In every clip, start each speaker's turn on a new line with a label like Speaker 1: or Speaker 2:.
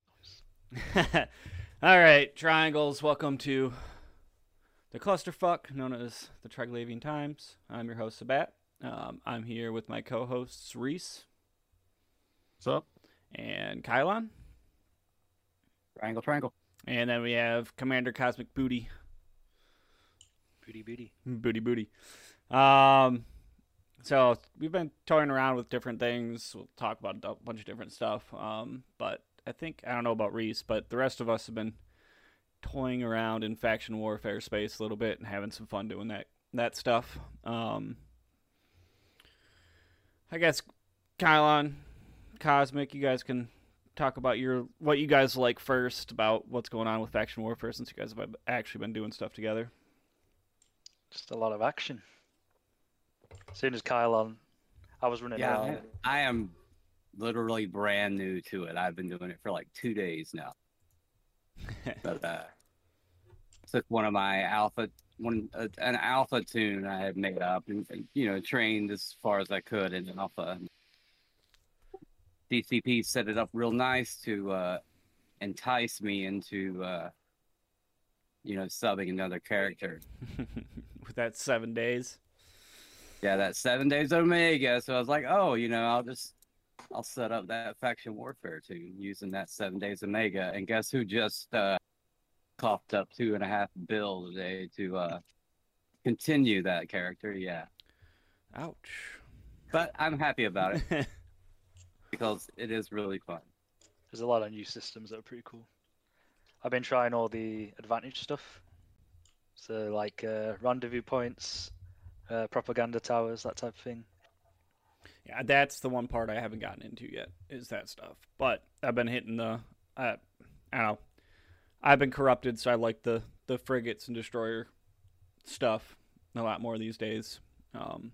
Speaker 1: All right, triangles. Welcome to the clusterfuck known as the Triglavian Times. I'm your host Sabat. Um, I'm here with my co-hosts Reese
Speaker 2: What's up?
Speaker 1: and Kylon,
Speaker 3: Triangle, triangle.
Speaker 1: and then we have Commander Cosmic Booty,
Speaker 3: Booty, booty.
Speaker 1: booty, booty. Um, so we've been toying around with different things. We'll talk about a bunch of different stuff. Um, but I think I don't know about Reese, but the rest of us have been toying around in faction warfare space a little bit and having some fun doing that that stuff. Um, I guess Kylon, Cosmic, you guys can talk about your what you guys like first about what's going on with faction warfare since you guys have actually been doing stuff together.
Speaker 4: Just a lot of action. As soon as Kylon, I was running
Speaker 3: Yeah,
Speaker 4: around.
Speaker 3: I, I am literally brand new to it. I've been doing it for like two days now. but uh, took one of my alpha, one uh, an alpha tune I had made up, and and, you know, trained as far as I could in alpha. DCP set it up real nice to uh, entice me into, uh, you know, subbing another character.
Speaker 1: with that seven days.
Speaker 3: Yeah, that seven days Omega. So I was like, oh, you know, I'll just I'll set up that faction warfare tune using that seven days Omega. And guess who just uh coughed up two and a half bill today to uh continue that character? Yeah.
Speaker 1: Ouch.
Speaker 3: But I'm happy about it because it is really fun.
Speaker 4: There's a lot of new systems that are pretty cool. I've been trying all the advantage stuff. So, like uh, rendezvous points, uh, propaganda towers, that type of thing.
Speaker 1: yeah, that's the one part I haven't gotten into yet is that stuff. But I've been hitting the uh, I don't know. I've been corrupted, so I like the the frigates and destroyer stuff a lot more these days. Um,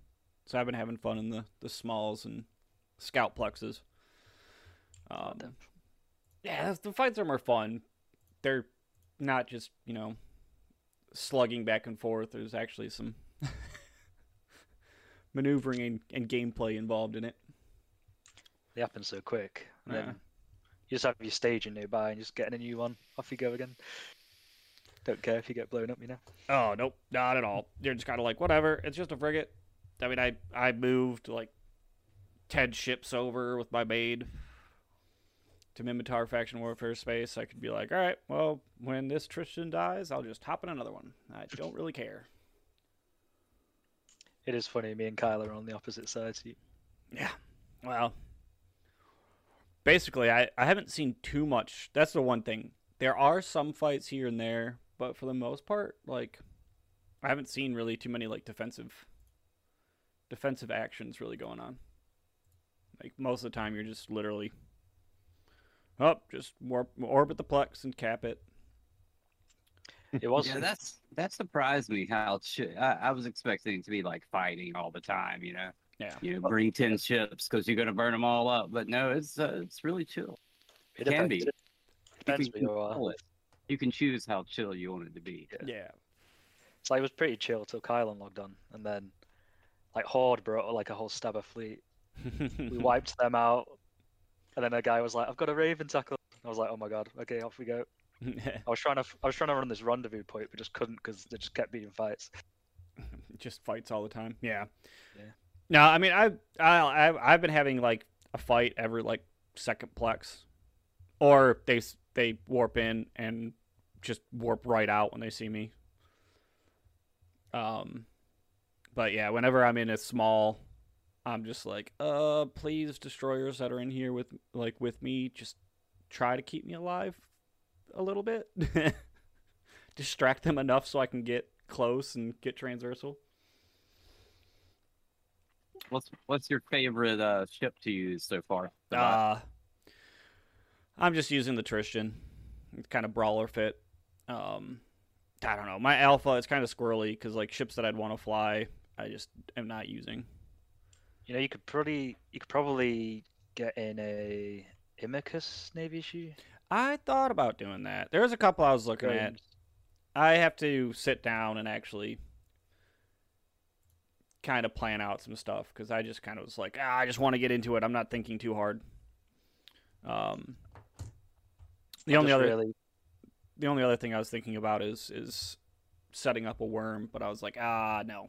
Speaker 1: so I've been having fun in the the smalls and scout plexes. Um, yeah, that's- the fights are more fun. They're not just you know slugging back and forth. There's actually some maneuvering and, and gameplay involved in it.
Speaker 4: They happen so quick. And
Speaker 1: Yeah.
Speaker 4: Then you just have your staging nearby and just getting a new one. Off you go again. Don't care if you get blown up, you know.
Speaker 1: Oh nope, not at all. You're just kind of like whatever. It's just a frigate. I mean, I I moved like ten ships over with my maid to Mimitar faction warfare space. I could be like, all right, well, when this Tristan dies, I'll just hop in another one. I don't really care.
Speaker 4: It is funny, me and Kyle are on the opposite sides. You-
Speaker 1: Yeah. Well, basically, I, I haven't seen too much. That's the one thing. There are some fights here and there, but for the most part, like, I haven't seen really too many, like, defensive defensive actions really going on. Like, most of the time, you're just literally up, just warp, orbit the plex and cap it.
Speaker 4: It was
Speaker 3: Yeah, that's that surprised me how chi- I, I was expecting it to be like fighting all the time, you know.
Speaker 1: Yeah.
Speaker 3: You know, bring ten ships because you're gonna burn them all up. But no, it's uh, it's really chill. It can be.
Speaker 4: depends- Depends
Speaker 3: you
Speaker 4: where
Speaker 3: can
Speaker 4: you are.
Speaker 3: control it. You can choose how chill you want it to be.
Speaker 4: Yeah.
Speaker 1: Yeah.
Speaker 4: So it was pretty chill till Kylan logged on, and then like Horde brought like a whole stabber fleet.
Speaker 1: Mm-hmm.
Speaker 4: We wiped them out, and then a guy was like, "I've got a Raven tackle." I was like, "Oh my god, okay, off we go." I was trying to I was trying to run this rendezvous point, but just couldn't because they just kept beating fights.
Speaker 1: just fights all the time. Yeah.
Speaker 4: Yeah.
Speaker 1: No, I mean I've I I've, I've been having like a fight every like second plex, or they s- they warp in and just warp right out when they see me. Um, but yeah, whenever I'm in a small, I'm just like, uh, please destroyers that are in here with like with me, just try to keep me alive a little bit. Distract them enough so I can get close and get transversal.
Speaker 3: What's what's your favorite uh, ship to use so far?
Speaker 1: Uh, I'm just using the Tristan. It's kind of brawler fit. Um, I don't know. My alpha is kind of squirrely because like ships that I'd want to fly, I just am not using.
Speaker 4: You know, you could probably you could probably get in a Imicus Navy issue.
Speaker 1: I thought about doing that. There was a couple I was looking at. I have to sit down and actually kind of plan out some stuff because I just kind of was like, ah, I just want to get into it. I'm not thinking too hard. Um, The only
Speaker 4: Just
Speaker 1: other
Speaker 4: really
Speaker 1: the only other thing I was thinking about is is setting up a worm, but I was like, ah, no.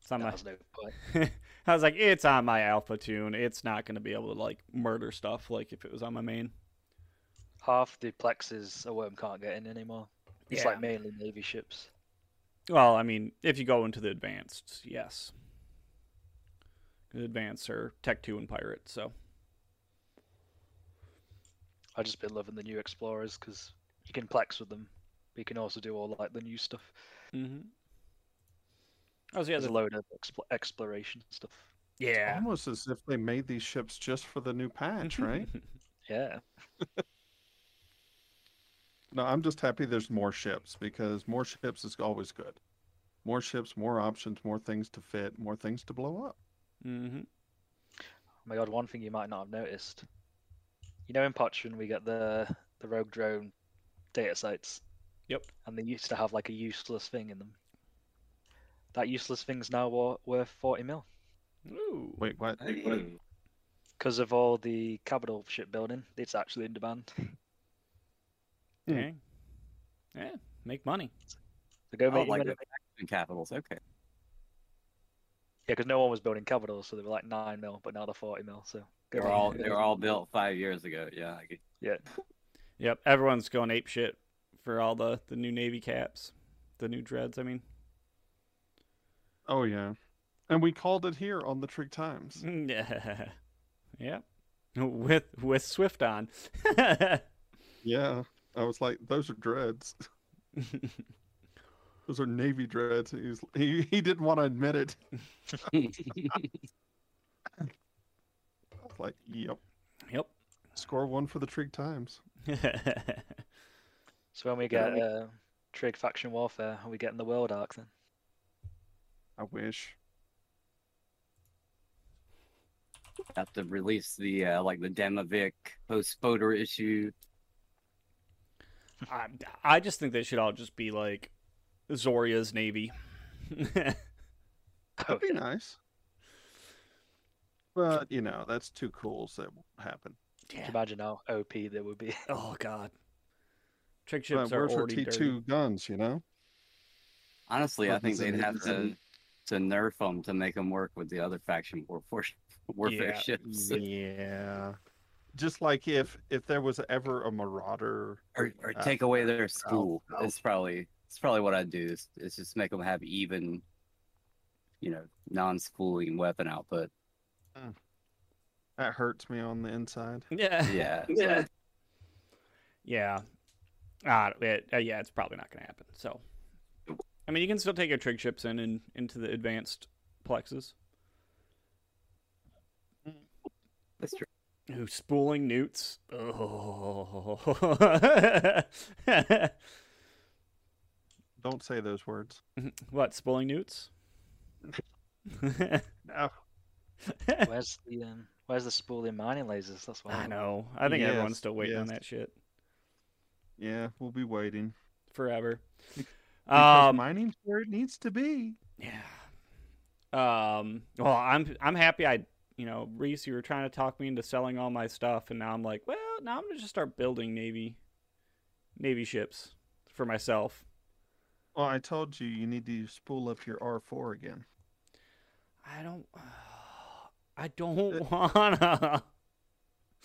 Speaker 1: It's on
Speaker 4: that
Speaker 1: my.
Speaker 4: was no point.
Speaker 1: I was like, it's on my alpha tune. It's not going to be able to like murder stuff like if it was on my main.
Speaker 4: Half the plexes a worm can't get in anymore. It's
Speaker 1: Yeah.
Speaker 4: like mainly navy ships.
Speaker 1: Well, I mean, if you go into the advanced, yes. The advanced are Tech 2 and Pirate, so.
Speaker 4: I've just been loving the new explorers because you can plex with them, but you can also do all like the new stuff.
Speaker 1: Mm-hmm. Oh, so yeah,
Speaker 4: There's a
Speaker 1: the,
Speaker 4: load of expl- exploration stuff.
Speaker 1: yeah.
Speaker 2: Almost as if they made these ships just for the new patch, right?
Speaker 4: Yeah,
Speaker 2: no, I'm just happy there's more ships because more ships is always good. More ships, more options, more things to fit, more things to blow up.
Speaker 1: mm-hmm.
Speaker 4: Oh my god, one thing you might not have noticed. You know, in Potchin we get the the rogue drone data sites.
Speaker 1: Yep.
Speaker 4: And they used to have like a useless thing in them. That useless thing's now wa- worth forty mil
Speaker 1: Ooh.
Speaker 2: Wait, what?
Speaker 4: because of all the capital shipbuilding. It's actually in demand.
Speaker 2: Hmm.
Speaker 1: Dang. Yeah, make money.
Speaker 4: So go
Speaker 3: Oh,
Speaker 4: make
Speaker 3: like
Speaker 4: like
Speaker 3: the faction capitals. Okay.
Speaker 4: Yeah, because no one was building capitals, so they were like nine mil, but now they're forty mil. So
Speaker 3: They
Speaker 4: go
Speaker 3: were
Speaker 4: make
Speaker 3: all
Speaker 4: it.
Speaker 3: they were all built five years ago. Yeah. I get-
Speaker 4: yeah.
Speaker 1: Yep, everyone's going ape shit for all the, the new Navy caps, the new dreads, I mean.
Speaker 2: Oh yeah. And we called it here on the Trig Times.
Speaker 1: Yeah. yep. With with Swift on.
Speaker 2: Yeah. I was like, those are dreads. Those are navy dreads. He's, he he didn't want to admit it. I was like, yep.
Speaker 1: yep.
Speaker 2: Score one for the Trig Times.
Speaker 4: So when we
Speaker 3: Yeah,
Speaker 4: get
Speaker 3: we-
Speaker 4: uh, trig faction warfare, are we getting the world arc then?
Speaker 2: I wish.
Speaker 3: Have to release the uh, like the Demovic post voter issue.
Speaker 1: I, I just think they should all just be like Zoria's Navy.
Speaker 4: Oh,
Speaker 2: That'd be nice. But you know, that's two cools that won't happen.
Speaker 4: Can you imagine how OP they would be?
Speaker 1: Oh god. Trick
Speaker 2: But
Speaker 1: ships are
Speaker 2: where's her
Speaker 1: already
Speaker 2: T
Speaker 1: dirty.
Speaker 2: two guns? You know,
Speaker 3: Honestly, I
Speaker 2: Weapons
Speaker 3: think
Speaker 2: and
Speaker 3: they'd have to
Speaker 2: weapons.
Speaker 3: to nerf them to make them work with the other faction warfare warfare
Speaker 1: Yeah.
Speaker 3: ships.
Speaker 2: yeah. Just like if if there was ever a marauder,
Speaker 3: or, or
Speaker 2: Uh,
Speaker 3: take away their school.
Speaker 2: no.
Speaker 3: It's probably it's probably what I'd do. Is, is just make them have even, you know, non-schooling weapon output.
Speaker 2: that hurts me on the inside.
Speaker 1: Yeah.
Speaker 3: Yeah,
Speaker 4: Yeah.
Speaker 1: Yeah. Uh, it, uh, yeah, it's probably not going to happen. So, I mean, you can still take your trig ships in and into the advanced plexes.
Speaker 3: that's true.
Speaker 1: Ooh, spooling newts. Oh.
Speaker 2: Don't say those words.
Speaker 1: what, spooling newts?
Speaker 2: No,
Speaker 4: where's the um, where's the spooling mining lasers? That's what
Speaker 1: I know. I think
Speaker 2: Yes,
Speaker 1: everyone's still waiting on
Speaker 2: yes.
Speaker 1: that shit
Speaker 2: yeah, we'll be waiting.
Speaker 1: forever.
Speaker 2: Because
Speaker 1: Um,
Speaker 2: mining's where it needs to be.
Speaker 1: Yeah. Um. Well, I'm I'm happy. I you know Reese, you were trying to talk me into selling all my stuff, and now I'm like, well, now I'm gonna just start building navy, navy ships for myself.
Speaker 2: Well, I told you you need to spool up your R four again.
Speaker 1: I don't. I don't wanna.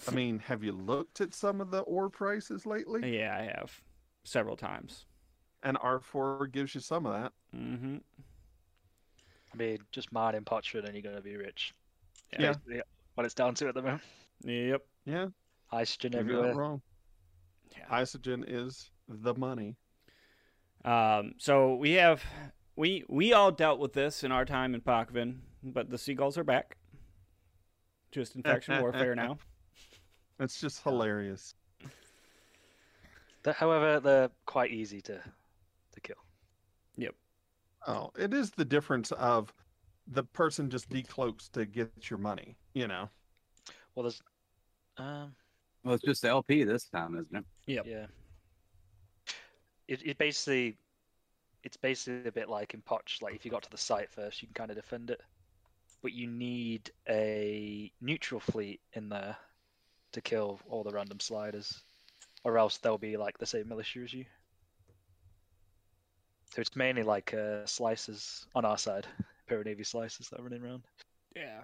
Speaker 2: I mean, have you looked at some of the ore prices lately?
Speaker 1: Yeah, I have several times.
Speaker 2: And R four gives you some of that.
Speaker 1: Mm-hmm.
Speaker 4: I mean, just mining potsherd and you're gonna be rich. It's
Speaker 2: Yeah.
Speaker 4: basically What it's down to at the moment.
Speaker 1: Yep.
Speaker 2: Yeah,
Speaker 4: Hydrogen
Speaker 2: you're not
Speaker 4: everywhere.
Speaker 2: wrong. Isogen is the money.
Speaker 1: Um, so we have we we all dealt with this in our time in Pakvin, but the seagulls are back. Just infection warfare now.
Speaker 2: It's just hilarious.
Speaker 4: Th- However, they're quite easy to to kill.
Speaker 2: Oh, it is the difference of the person just decloaks to get your money. You know,
Speaker 4: Well, there's um
Speaker 3: Well, it's just LP this time, isn't it?
Speaker 1: Yep.
Speaker 4: yeah. It it basically it's basically a bit like in potch. Like if you got to the site first, you can kind of defend it, but you need a neutral fleet in there to kill all the random sliders. or else they'll be like the same militia as you. So it's mainly like uh, slices on our side, Piranesi slices that are running around.
Speaker 1: Yeah.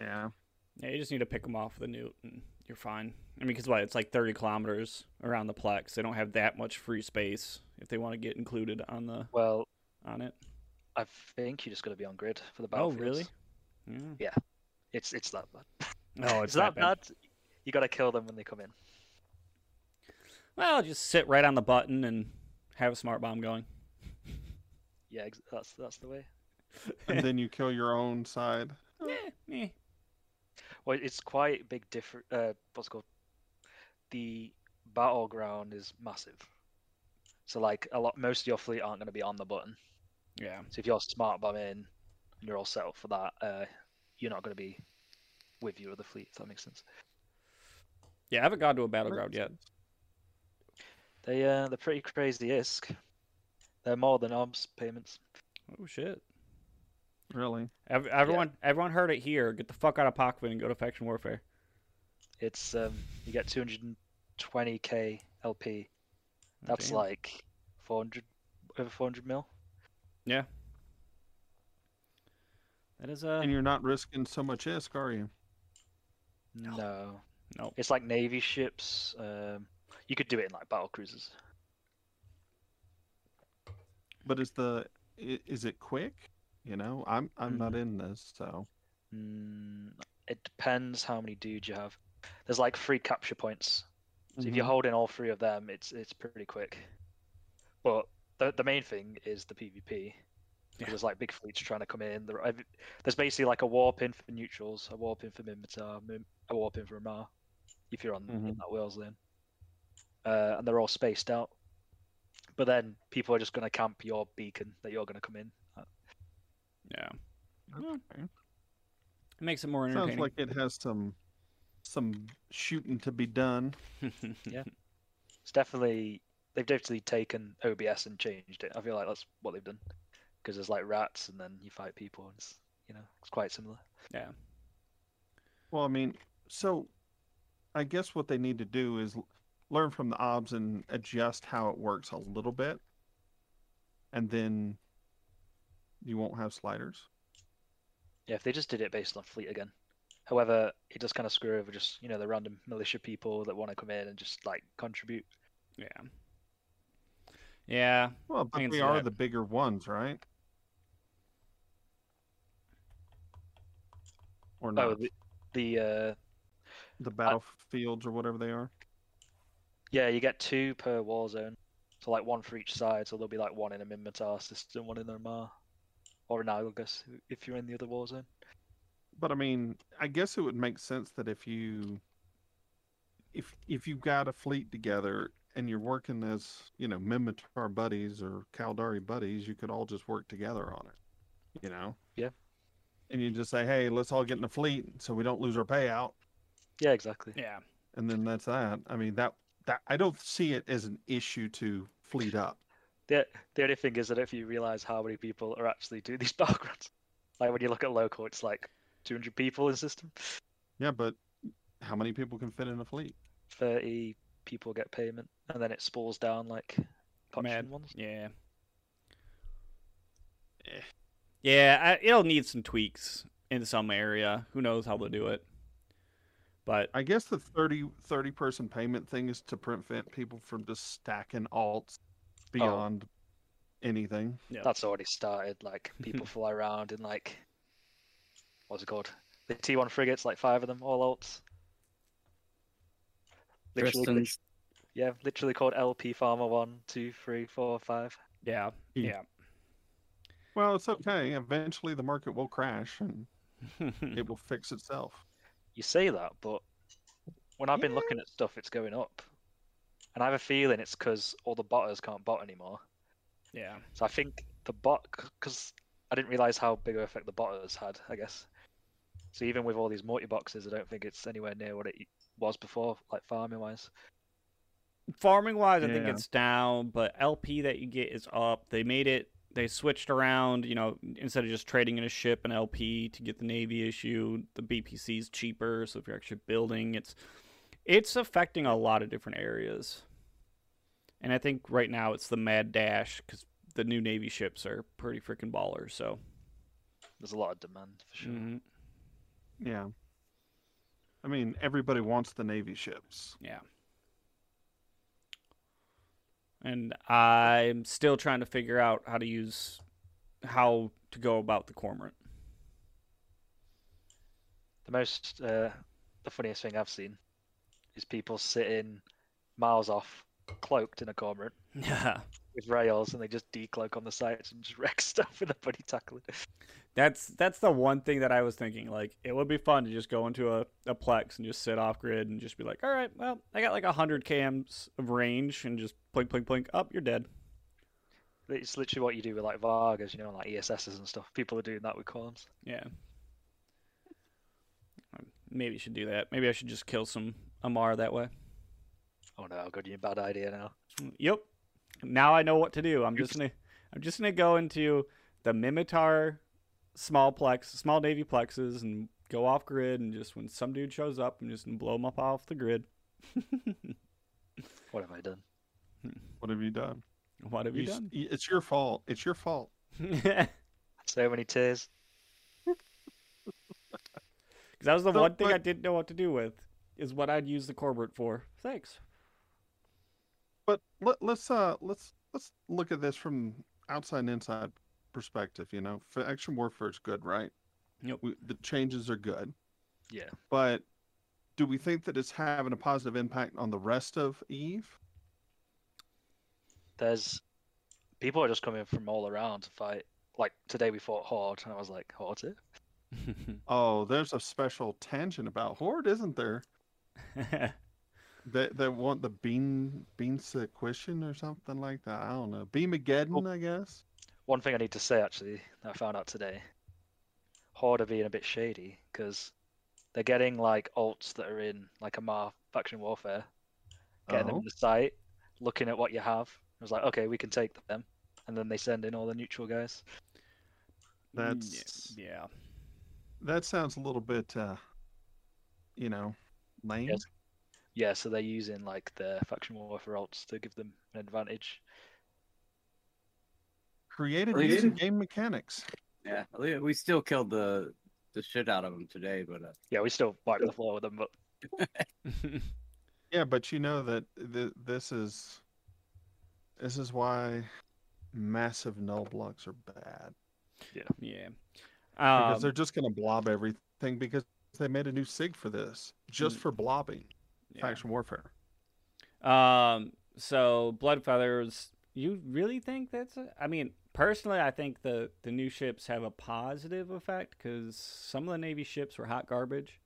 Speaker 2: Yeah.
Speaker 1: Yeah, you just need to pick them off with a newt, and you're fine. I mean, because what? It's like 30 kilometers around the plex. They don't have that much free space if they want to get included on the
Speaker 4: Well,
Speaker 1: on it.
Speaker 4: I think you just got to be on grid for the
Speaker 1: Oh,
Speaker 4: battlefields.
Speaker 1: really? Yeah.
Speaker 4: It's it's that bad.
Speaker 1: No, Oh, it's
Speaker 4: Is that
Speaker 1: that bad.
Speaker 4: You got to kill them when they come in.
Speaker 1: Well, just sit right on the button and have a smart bomb going.
Speaker 4: Yeah, ex- that's that's the way.
Speaker 2: And then you kill your own side.
Speaker 1: Eh, eh.
Speaker 4: Well, it's quite a big different. Uh, what's it called? The battleground is massive. So like a lot, most of your fleet aren't going to be on the button.
Speaker 1: Yeah.
Speaker 4: So if you're smart bomb in, you're all set up for that. Uh, you're not going to be with your other fleet. If that makes sense.
Speaker 1: Yeah, I haven't gone to a battleground yet.
Speaker 4: They uh, they're pretty crazy. Isk. They're more than OBS payments.
Speaker 1: Oh shit.
Speaker 2: Really?
Speaker 1: Ev- everyone, everyone heard it here. Get the fuck out of Pakvin and go to faction warfare.
Speaker 4: It's um, you get 220k LP. That's
Speaker 1: Oh, Damn.
Speaker 4: like 400 over 400 mil.
Speaker 1: that is uh, a
Speaker 2: And you're not risking so much ISK, are you?
Speaker 4: No.
Speaker 1: Nope.
Speaker 4: It's like navy ships. Um, you could do it in like battle cruisers.
Speaker 2: But is the i- is it quick? You know, I'm I'm not in this, so
Speaker 4: Mm, it depends how many dudes you have. There's like three capture points. So if you're holding all three of them, it's it's pretty quick. But the the main thing is the PvP. 'cause
Speaker 1: Yeah.
Speaker 4: There's like big fleets trying to come in. There, ev- there's basically like a warp in for neutrals, a warp in for Mimitar, Mim- a warp in for Amar, if you're on in
Speaker 2: Mhm.
Speaker 4: that Wales lane. Uh, and they're all spaced out. But then people are just going to camp your beacon that you're going to come in.
Speaker 1: yeah.
Speaker 2: Okay.
Speaker 1: It makes it more
Speaker 2: sounds
Speaker 1: entertaining.
Speaker 2: like it has some some shooting to be done.
Speaker 4: Yeah. It's definitely they've definitely taken OBS and changed it. I feel like that's what they've done because there's like rats and then you fight people. And it's you know it's quite similar.
Speaker 2: Well, I mean, so I guess what they need to do is l- learn from the OBS and adjust how it works a little bit, and then you won't have sliders.
Speaker 4: Yeah, if they just did it based on fleet again. However, it does kind of screw over just you know the random militia people that want to come in and just like contribute.
Speaker 1: yeah. Yeah.
Speaker 2: Well, but
Speaker 1: can
Speaker 2: we
Speaker 1: see
Speaker 2: are
Speaker 1: that.
Speaker 2: the bigger ones, right? Or not
Speaker 4: Oh, the, the uh,
Speaker 2: the battlefields or whatever they are.
Speaker 4: yeah, you get two per war zone, so like one for each side. So there'll be like one in a Minmatar system, one in a Mar, or an Algus if you're in the other war zone.
Speaker 2: But I mean, I guess it would make sense that if you if if you've got a fleet together and you're working as, you know, Mimitar buddies or Caldari buddies, you could all just work together on it. You know?
Speaker 4: Yeah.
Speaker 2: And you just say, Hey, let's all get in a fleet so we don't lose our payout
Speaker 4: Yeah, exactly.
Speaker 1: Yeah.
Speaker 2: and then that's that. I mean that that I don't see it as an issue to fleet up.
Speaker 4: The, the only thing is that if you realize how many people are actually doing these battlegrounds, like when you look at local, it's like 200 people in system.
Speaker 2: Yeah, but how many people can fit in a fleet?
Speaker 4: 30 people get payment, and then it spools down like
Speaker 1: Mad.
Speaker 4: Pochin ones.
Speaker 1: Yeah.
Speaker 2: Eh.
Speaker 1: Yeah, I, it'll need some tweaks in some area. Who knows how they'll do it? But
Speaker 2: I guess the 30, 30 person payment thing is to prevent people from just stacking alts
Speaker 1: Oh.
Speaker 2: beyond anything.
Speaker 1: Yeah.
Speaker 4: That's already started. Like people fly around in like what's it called? The T1 frigates, like five of them, all alts. Literally,
Speaker 3: Tristan's
Speaker 4: yeah, literally called LP Farmer one, two, three, four, five.
Speaker 1: yeah, yeah,
Speaker 2: Yeah. Well, it's okay. Eventually the market will crash and it
Speaker 1: Mm-hmm.
Speaker 2: will fix itself.
Speaker 4: you say that, but when I've been looking at stuff, it's going up, and I have a feeling it's because all the botters can't bot anymore.
Speaker 1: yeah.
Speaker 4: So I think the bot, because I didn't realize how big of effect the botters had. I guess. So even with all these multi boxes, I don't think it's anywhere near what it was before, like farming wise.
Speaker 1: Farming wise, I think
Speaker 2: Yeah.
Speaker 1: it's down, but LP that you get is up. They made it. They switched around. You know, instead of just trading in a ship and LP to get the navy issue, the BPC is cheaper. So if you're actually building, it's it's affecting a lot of different areas. And I think right now it's the mad dash because the new navy ships are pretty freaking baller. So
Speaker 4: There's a lot of demand for sure.
Speaker 1: Mhm.
Speaker 2: Yeah. I mean, everybody wants the Navy ships.
Speaker 1: Yeah. And I'm still trying to figure out how to use how to go about the cormorant.
Speaker 4: The most, uh, the funniest thing I've seen is people sitting miles off, cloaked in a cormorant
Speaker 1: Yeah.
Speaker 4: with rails, and they just decloak on the sides and just wreck stuff with a buddy tackling.
Speaker 1: That's that's the one thing that I was thinking. Like it would be fun to just go into a, a plex and just sit off grid and just be like, all right, well, I got like hundred cams of range and just plink plink plink. Up, you're dead.
Speaker 4: It's literally what you do with like Vargas, you know, like ESSs and stuff. People are doing that with corms.
Speaker 1: Yeah. Um, Maybe you should do that. Maybe I should just kill some Amar that way.
Speaker 4: Oh no, I've got you a bad idea now.
Speaker 1: Yep. Now I know what to do. I'm just gonna I'm just gonna go into the Mimitar small plex small navy plexes and go off grid and just when some dude shows up I'm just gonna blow him up off the grid.
Speaker 4: What have I done?
Speaker 2: What have you done?
Speaker 1: What have you,
Speaker 2: s- y- It's your fault. It's your fault.
Speaker 1: done?
Speaker 4: So many tears.
Speaker 1: Because that was the
Speaker 2: So,
Speaker 1: one thing I
Speaker 2: but-
Speaker 1: didn't know what to do with, is what I'd use the Corbett for. Thanks.
Speaker 2: But let, let's uh let's let's look at this from outside and inside perspective. You know, for action warfare is good, right?
Speaker 1: Yep.
Speaker 2: We, the changes are good,
Speaker 4: Yeah.
Speaker 2: but do we think that it's having a positive impact on the rest of Eve?
Speaker 4: There's people are just coming from all around to fight. Like today we fought Horde, and I was like, Horde? here?"
Speaker 2: Oh, there's a special tangent about Horde, isn't there? They they want the bean bean sequation or something like that. I don't know. Beamageddon, I guess.
Speaker 4: One thing I need to say actually that I found out today, Horde are being a bit shady because they're getting like alts that are in like a Mar faction warfare, getting them
Speaker 2: Oh.
Speaker 4: in the site, looking at what you have. I was like, okay, we can take them, and then they send in all the neutral guys.
Speaker 2: That's-
Speaker 1: yeah.
Speaker 2: That sounds a little bit, uh, you know, lame.
Speaker 4: Yes. Yeah, so they're using like their faction warfare alts to give them an advantage.
Speaker 2: Created
Speaker 3: Well, you
Speaker 2: using
Speaker 3: didn't-
Speaker 2: game mechanics.
Speaker 3: Yeah, we- we still killed the the shit out of them today, but uh,
Speaker 4: Yeah, we still wipe the floor with them, but
Speaker 2: Yeah, but you know that th- this is this is why massive null blocks are bad
Speaker 1: yeah.
Speaker 2: because
Speaker 1: Um,
Speaker 2: they're just going to blob everything because they made a new sig for this just
Speaker 1: Mm.
Speaker 2: for blobbing
Speaker 1: yeah.
Speaker 2: faction warfare.
Speaker 1: Um. So blood feathers. You really think that's? A, I mean, personally, I think the the new ships have a positive effect because some of the navy ships were hot garbage.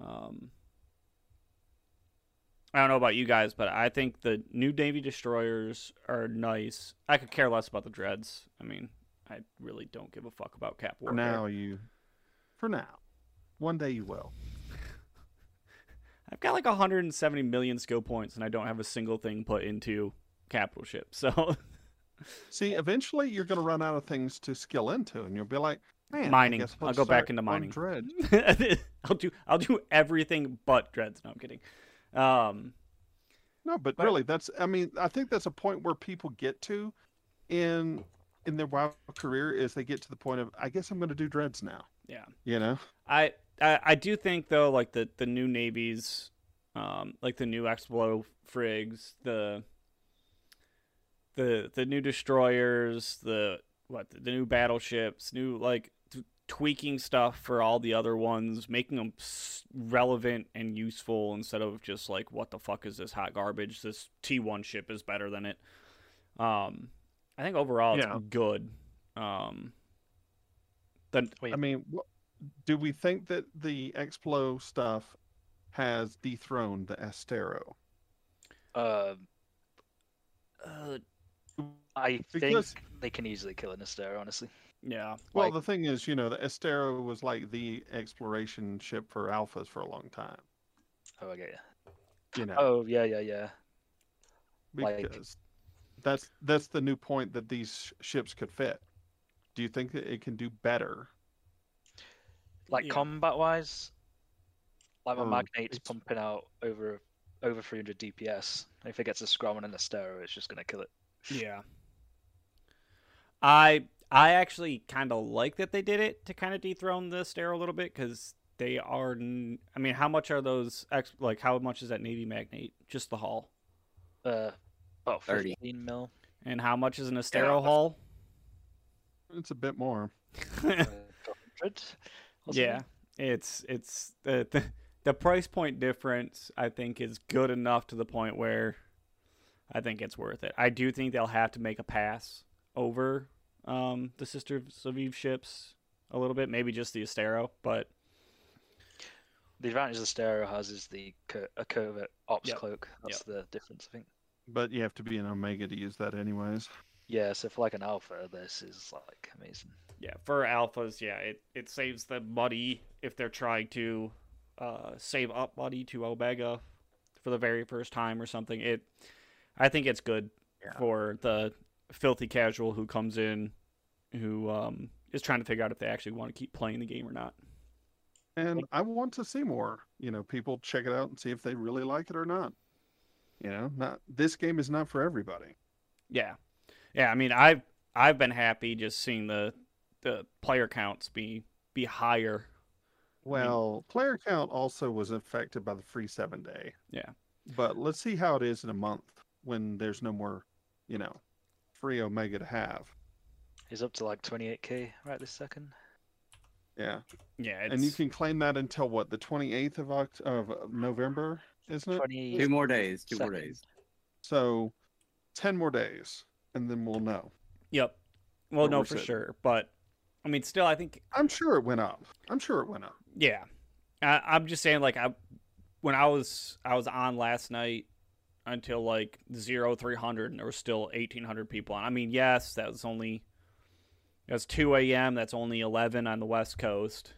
Speaker 1: Um. I don't know about you guys, but I think the new navy destroyers are nice. I could care less about the dreads. I mean, I really don't give a fuck about Cap
Speaker 2: For
Speaker 1: Warfare.
Speaker 2: now, you for now, one day you will.
Speaker 1: I've got like 170 million skill points, and I don't have a single thing put into capital ships. So
Speaker 2: See, eventually you're going to run out of things to skill into, and you'll be like, Man,
Speaker 1: Mining.
Speaker 2: I guess
Speaker 1: I'll
Speaker 2: I'll
Speaker 1: go back
Speaker 2: start
Speaker 1: into
Speaker 2: on
Speaker 1: mining.
Speaker 2: Dread.
Speaker 1: I'll do I'll do everything but dreads. No, I'm kidding. Um,
Speaker 2: No, but,
Speaker 1: But-
Speaker 2: really, that's I mean, I think that's a point where people get to in in their wild career is they get to the point of I guess I'm going to do dreads now.
Speaker 1: Yeah.
Speaker 2: You know,
Speaker 1: I, I I do think though, like the the new navies, um, like the new Explo frigs, the the the new destroyers, the what the new battleships, new like t- tweaking stuff for all the other ones, making them s- relevant and useful instead of just like what the fuck is this hot garbage? This T one ship is better than it. Um, I think overall it's
Speaker 2: Yeah.
Speaker 1: good. Um, the
Speaker 4: Yeah.
Speaker 2: I mean, wh- do we think that the Explo stuff has dethroned the Astero?
Speaker 4: um,
Speaker 1: uh,
Speaker 4: I
Speaker 2: Because-
Speaker 4: think they can easily kill an Astera, honestly.
Speaker 1: yeah.
Speaker 2: Well,
Speaker 4: Like-
Speaker 2: the thing is, you know, the Estero was like the exploration ship for alphas for a long time.
Speaker 4: Oh, I get you.
Speaker 2: You know,
Speaker 4: Oh, yeah, yeah, yeah. like-
Speaker 2: because that's that's the new point that these sh- ships could fit. Do you think that it can do better?
Speaker 4: Like
Speaker 1: Yeah. Oh,
Speaker 4: combat wise, Like my
Speaker 2: Um,
Speaker 4: magnate's
Speaker 2: it's-
Speaker 4: pumping out over over 300 DPS. And if it gets a Scrum and a Stero, it's just gonna kill it.
Speaker 1: Yeah. I I actually kind of like that they did it to kind of dethrone the stare a little bit because they are. n- I mean, how much are those? Ex- like, how much is that Navy Magnate? Just the hull.
Speaker 4: Uh, about
Speaker 3: 30.
Speaker 4: 15 mil.
Speaker 1: And how much is an Astero hull?
Speaker 2: It's a bit more.
Speaker 4: uh, 100. or something.
Speaker 1: yeah, it's it's the, the the price point difference. I think is good enough to the point where I think it's worth it. I do think they'll have to make a pass over um, the Sisters of Eve ships a little bit, maybe just the Astero, but
Speaker 4: The advantage the Stero has is the co- a covert ops
Speaker 1: Yep.
Speaker 4: cloak. That's the difference, I think.
Speaker 2: But you have to be an Omega to use that, anyways.
Speaker 4: Yeah, so for like an alpha, this is like amazing.
Speaker 1: Yeah, for alphas, yeah, it, it saves them money if they're trying to uh, save up money to Omega for the very first time or something. It, I think it's good
Speaker 2: Yeah.
Speaker 1: for the filthy casual who comes in, who um, is trying to figure out if they actually want to keep playing the game or not.
Speaker 2: And I want to see more. You know, people check it out and see if they really like it or not. You know, not this game is not for everybody.
Speaker 1: Yeah, yeah. I mean, I've I've been happy just seeing the the player counts be be higher. Mm-hmm.
Speaker 2: Well, player count also was affected by the free seven day.
Speaker 1: Yeah.
Speaker 2: But let's see how it is in a month when there's no more, you know, free Omega to have.
Speaker 4: He's up to like 28k right this second.
Speaker 2: Yeah.
Speaker 1: Yeah, it's,
Speaker 2: And you can claim that until what, the 28th of, Oct- of uh, November, isn't it?
Speaker 4: 20.
Speaker 3: Uh, Two more days. Two more
Speaker 4: Second.
Speaker 3: days.
Speaker 2: So 10 more days and then we'll know.
Speaker 1: Yep. Well,
Speaker 2: Or
Speaker 1: no,
Speaker 2: worse
Speaker 1: for
Speaker 2: it.
Speaker 1: sure, but I mean, still, I think
Speaker 2: I'm sure it went up. I'm sure it went up.
Speaker 1: Yeah, I, I'm just saying, like I, when I was I was on last night until like zero three hundred, and there were still eighteen hundred people on. I mean, yes, that was only that's two a.m. That's only eleven on the West Coast.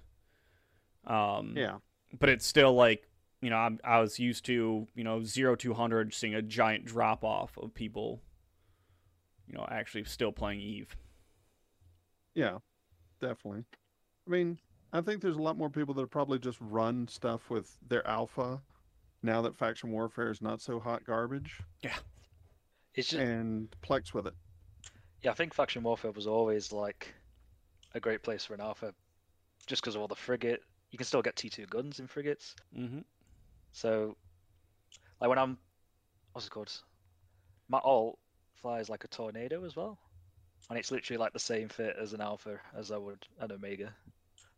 Speaker 1: Um,
Speaker 2: Yeah.
Speaker 1: but it's still like you know I'm, I was used to you know zero two hundred seeing a giant drop off of people, you know, actually still playing Eve.
Speaker 2: Yeah. Definitely. I mean, I think there's a lot more people that probably just run stuff with their alpha now that faction warfare is not so hot garbage
Speaker 4: It's just,
Speaker 2: and plex with it.
Speaker 4: yeah, I think faction warfare was always like a great place for an alpha, just because of all the frigate. You can still get T2 guns in frigates,
Speaker 1: Mm-hmm.
Speaker 4: so like when I'm, what's it called? My alt flies like a tornado as well, and it's literally like the same fit as an alpha as I would an omega.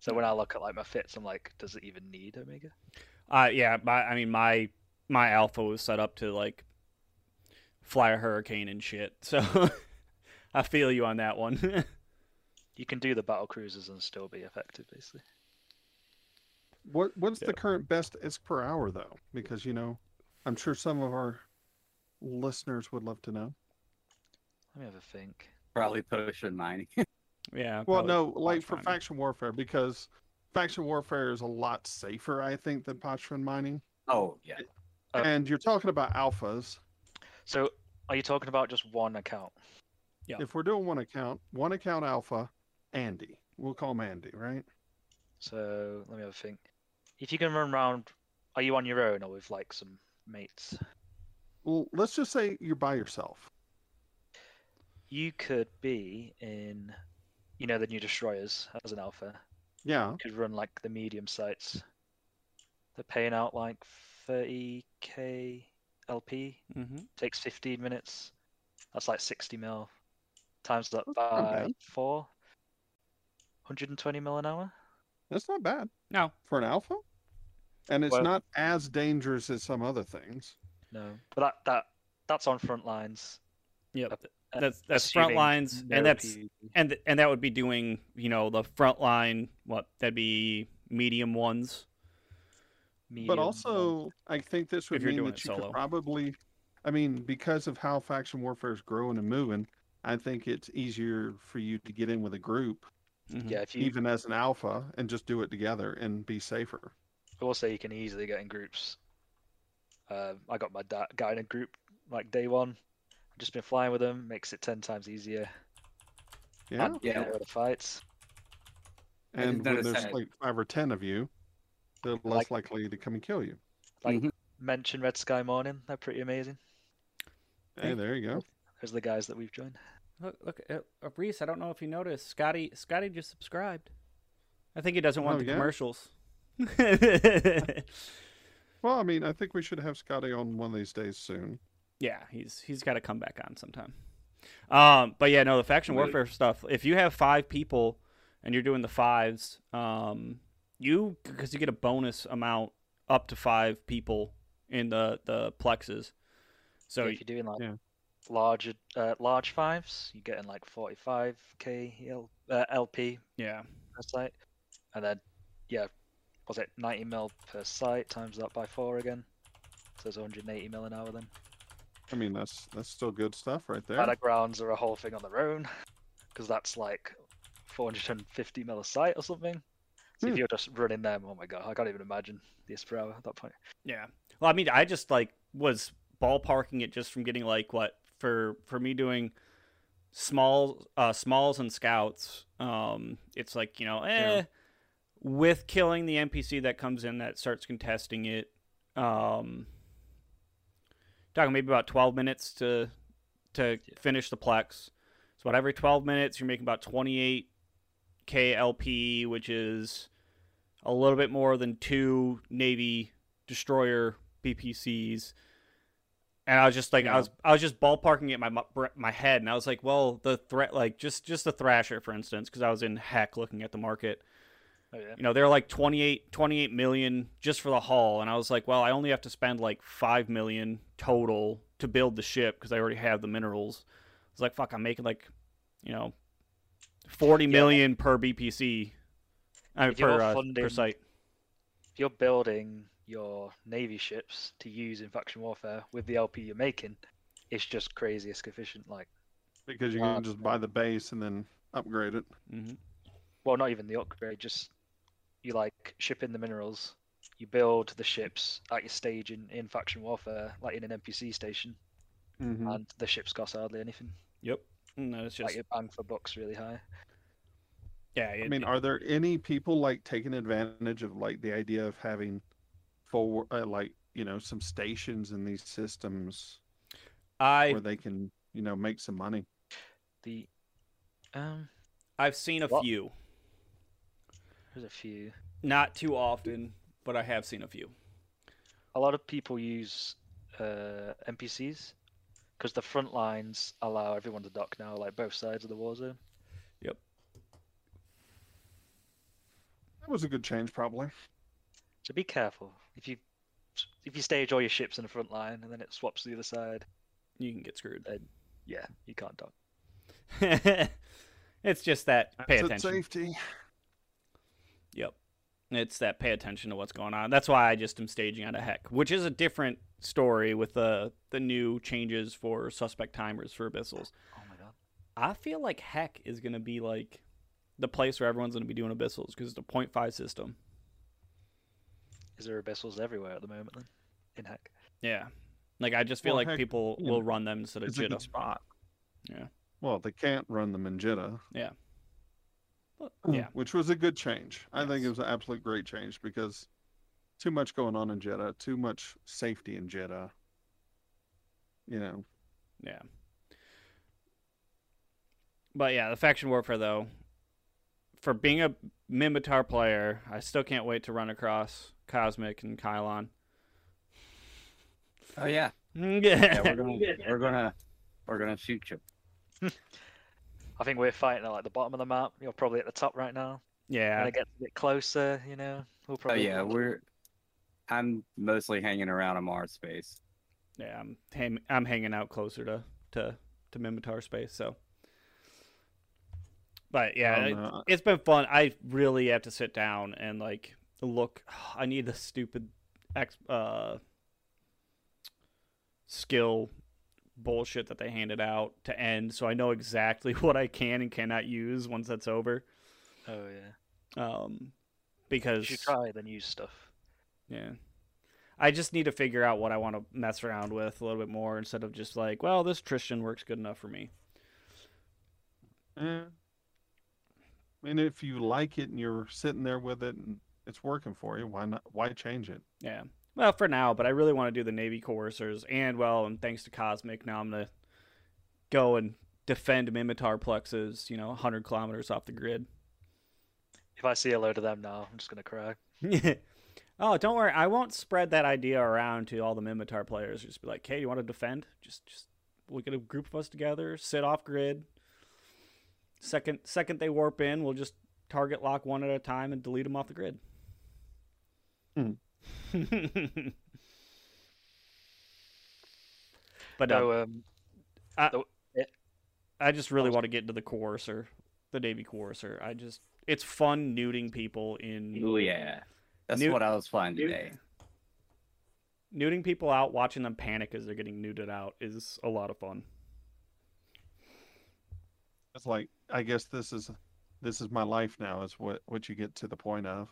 Speaker 4: So
Speaker 3: Hmm.
Speaker 4: when I look at like my fits, I'm like, does it even need omega?
Speaker 1: Uh, yeah, my, I mean my my alpha was set up to like fly a hurricane and shit. So I feel you on that one.
Speaker 4: You can do the battle cruisers and still be effective, basically.
Speaker 2: What what's
Speaker 1: Yeah.
Speaker 2: the current best isk per hour though? Because you know, I'm sure some of our listeners would love to know.
Speaker 4: Let me have a think.
Speaker 3: Probably pushing 90.
Speaker 1: yeah.
Speaker 2: Well,
Speaker 1: probably
Speaker 2: no, like for
Speaker 1: Pastrana.
Speaker 2: faction warfare, because faction warfare is a lot safer, I think, than Patron mining.
Speaker 3: oh yeah.
Speaker 4: Uh,
Speaker 2: and you're talking about alphas.
Speaker 4: So, are you talking about just one account?
Speaker 1: Yeah.
Speaker 2: If we're doing one account, one account alpha, Andy. We'll call him Andy, right?
Speaker 4: So, let me have a think. If you can run round, are you on your own or with like some mates?
Speaker 2: Well, let's just say you're by yourself.
Speaker 4: You could be in, you know, the new destroyers as an alpha.
Speaker 2: Yeah.
Speaker 4: You could run like the medium sites. They're paying out like 30k LP.
Speaker 1: Mhm.
Speaker 4: Takes 15 minutes. That's like 60 mil. Times that
Speaker 2: That's not
Speaker 4: by
Speaker 2: bad.
Speaker 4: four. 120 mil an hour.
Speaker 2: That's not bad
Speaker 1: No.
Speaker 2: for an alpha. And it's
Speaker 4: Well-
Speaker 2: not as dangerous as some other things.
Speaker 4: No, but that that that's on front lines.
Speaker 1: Yep.
Speaker 4: Up- uh,
Speaker 1: That's that's front
Speaker 4: assuming
Speaker 1: lines,
Speaker 4: no
Speaker 1: and that's
Speaker 4: PvP.
Speaker 1: and th- and that would be doing you know the front line. What that'd be medium ones.
Speaker 4: medium
Speaker 2: But
Speaker 4: long.
Speaker 2: also, I think this would
Speaker 1: If you're
Speaker 2: mean
Speaker 1: doing
Speaker 2: that
Speaker 1: it
Speaker 2: you
Speaker 1: solo.
Speaker 2: could probably, I mean, because of how faction warfare is growing and moving, I think it's easier for you to get in with a group,
Speaker 1: Mhm.
Speaker 4: yeah, if you
Speaker 2: even as an alpha, and just do it together and be safer.
Speaker 4: also you can easily get in groups. Um, I got my dad got in a group like day one. I've just been flying with them. Makes it ten times easier.
Speaker 2: Yeah.
Speaker 4: And
Speaker 3: Yeah.
Speaker 4: get rid of fights.
Speaker 3: I just
Speaker 2: and when
Speaker 3: noticed
Speaker 2: there's
Speaker 3: that.
Speaker 2: like five or ten of you, They're less likely to come and kill you.
Speaker 4: Like
Speaker 1: Mm-hmm.
Speaker 3: Mhm.
Speaker 4: mention Red Sky Morning. They're pretty amazing.
Speaker 2: Hey, there you go.
Speaker 4: There's the guys that we've joined.
Speaker 1: Look, look, uh, uh, Reese. I don't know if you noticed, Scotty. Scotty just subscribed. I think he doesn't want
Speaker 2: Oh,
Speaker 1: the
Speaker 2: yeah?
Speaker 1: commercials.
Speaker 2: Well, I mean, I think we should have Scotty on one of these days soon.
Speaker 1: yeah, he's he's got to come back on sometime. Um, but yeah, no, the faction
Speaker 3: Wait.
Speaker 1: warfare stuff. If you have five people and you're doing the fives, um, you because you get a bonus amount up to five people in the the plexes. So
Speaker 4: So if you're doing like
Speaker 2: yeah.
Speaker 4: larger, uh, large fives, you're getting like 45k L, uh, LP
Speaker 1: yeah,
Speaker 4: per site, and then yeah, was it 90 mil per site times that by four again? So it's 180 mil an hour then.
Speaker 2: I mean, that's that's still good stuff right there.
Speaker 4: Battlegrounds grounds are a whole thing on their own, because that's like 450 mil a site or something. So
Speaker 2: Hmm.
Speaker 4: if you're just running them, oh my god, I can't even imagine this per hour at that point.
Speaker 1: Yeah. Well, I mean, I just like was ballparking it just from getting like what for for me doing small uh smalls and scouts. Um, it's like you know, eh,
Speaker 2: Yeah.
Speaker 1: with killing the NPC that comes in that starts contesting it. Um, talking maybe about twelve minutes to to finish the plex. So about every twelve minutes, you're making about twenty eight KLP, which is a little bit more than two Navy destroyer BPCs. And I was just like, I
Speaker 2: Yeah.
Speaker 1: was, I was just ballparking it in my mu- br- my head, and I was like, well, the threat, like just just the Thrasher, for instance, because I was in heck looking at the market.
Speaker 4: Oh yeah.
Speaker 1: You know, they're like 28, 28 million just for the hull, and I was like, well, I only have to spend like five million total to build the ship because I already have the minerals. I was like, fuck, I'm making like, you know, forty
Speaker 4: Yeah.
Speaker 1: million per BPC, I mean,
Speaker 4: If you're
Speaker 1: per uh, per
Speaker 4: funding-
Speaker 1: site.
Speaker 4: if you're building your navy ships to use in faction warfare with the LP you're making, it's just crazy efficient. Like,
Speaker 2: because you
Speaker 4: Wow.
Speaker 2: can just buy the base and then upgrade it.
Speaker 1: Mm-hmm.
Speaker 4: well, not even the upgrade, just you like ship in the minerals, you build the ships at your stage in, in faction warfare, like in an NPC station,
Speaker 2: Mm-hmm.
Speaker 4: and the ships cost hardly anything.
Speaker 1: Yep. No, it's
Speaker 4: Like
Speaker 1: Mm, just
Speaker 4: your bang for buck's really high.
Speaker 1: yeah.
Speaker 2: I
Speaker 1: it-
Speaker 2: mean,
Speaker 1: it-
Speaker 2: are there any people like taking advantage of like the idea of having four, uh, like you know, some stations in these systems
Speaker 1: I
Speaker 2: where they can you know make some money?
Speaker 4: The um,
Speaker 1: I've seen a
Speaker 4: Well-
Speaker 1: few,
Speaker 4: there's a few.
Speaker 1: not too often, but I have seen a few.
Speaker 4: a lot of people use uh, NPCs because the front lines allow everyone to dock now, like both sides of the war zone.
Speaker 2: That was a good change, probably.
Speaker 4: So be careful if you if you stage all your ships in the front line and then it swaps to the other side.
Speaker 1: You can get screwed.
Speaker 4: Yeah, you can't dock.
Speaker 1: it's just that pay
Speaker 2: Asset
Speaker 1: attention.
Speaker 2: Safety.
Speaker 1: Yep. It's that pay attention to what's going on. That's why I just am staging out of heck, which is a different story with the the new changes for suspect timers for abyssals.
Speaker 4: Oh my god.
Speaker 1: I feel like heck is gonna be like the place where everyone's gonna be doing abyssals because it's a 0.5 system.
Speaker 4: Is there abyssals everywhere at the moment then? In heck.
Speaker 1: Yeah. Like I just feel
Speaker 2: Well,
Speaker 1: like
Speaker 2: Heck,
Speaker 1: people
Speaker 2: you
Speaker 1: will
Speaker 2: know,
Speaker 1: run them instead of
Speaker 2: It's a
Speaker 1: Jitta.
Speaker 2: good spot.
Speaker 1: Yeah.
Speaker 2: Well, they can't run them in Jitta.
Speaker 1: Well,
Speaker 2: Mm.
Speaker 1: Yeah.
Speaker 2: Which was a good change. I think
Speaker 1: Yes.
Speaker 2: it was an absolute great change because too much going on in Jeddah, too much safety in Jeddah. You know,
Speaker 1: Yeah. But yeah, the faction warfare though, for being a Mimitar player, I still can't wait to run across Cosmic and Kylon.
Speaker 3: Oh yeah. Yeah,
Speaker 1: Yeah.
Speaker 3: we're gonna we're gonna we're gonna shoot you.
Speaker 4: I think we're fighting at like the bottom of the map. You're probably at the top right now. When
Speaker 1: yeah.
Speaker 4: it gets a bit closer, you know,
Speaker 3: Oh
Speaker 4: we'll probably.
Speaker 3: yeah, we're I'm mostly hanging around on Mars space.
Speaker 1: Yeah, I'm hang- I'm hanging out closer to to to Mimitar space, so but yeah,
Speaker 2: I
Speaker 1: it-
Speaker 3: Um,
Speaker 2: don't know.
Speaker 1: it's been fun. I really have to sit down and like look. I need the stupid ex uh skill bullshit that they handed out to end, so I know exactly what I can and cannot use once that's over.
Speaker 4: Oh yeah.
Speaker 1: Um,
Speaker 4: You
Speaker 1: because
Speaker 4: should try the new stuff.
Speaker 1: yeah. I just need to figure out what I want to mess around with a little bit more instead of just like, well, this Tristan works good enough for me.
Speaker 2: uh, Eh. I mean, if you like it and you're sitting there with it and it's working for you. Why not? Why change it?
Speaker 1: Yeah. Well, for now, but I really want to do the Navy Coercers, and well, and thanks to Cosmic, now I'm gonna go and defend Mimitar plexes. You know, 100 kilometers off the grid.
Speaker 4: If I see a load of them now, I'm just gonna cry.
Speaker 1: oh, don't worry, I won't spread that idea around to all the Mimitar players. Just be like, hey, you want to defend? Just, just we'll get a group of us together, sit off grid. Second, second they warp in, we'll just target lock one at a time and delete them off the grid.
Speaker 2: Hmm.
Speaker 1: but no,
Speaker 4: No, um,
Speaker 1: I just really want to get into the coercer, the Navy coercer. I just, it's fun nuding people in
Speaker 3: Oh yeah, that's
Speaker 1: New-
Speaker 3: what I was finding
Speaker 1: new-
Speaker 3: today.
Speaker 1: nuding people out, watching them panic as they're getting nuded out is a lot of fun.
Speaker 2: It's like I guess this is this is my life now. Is what what you get to the point of.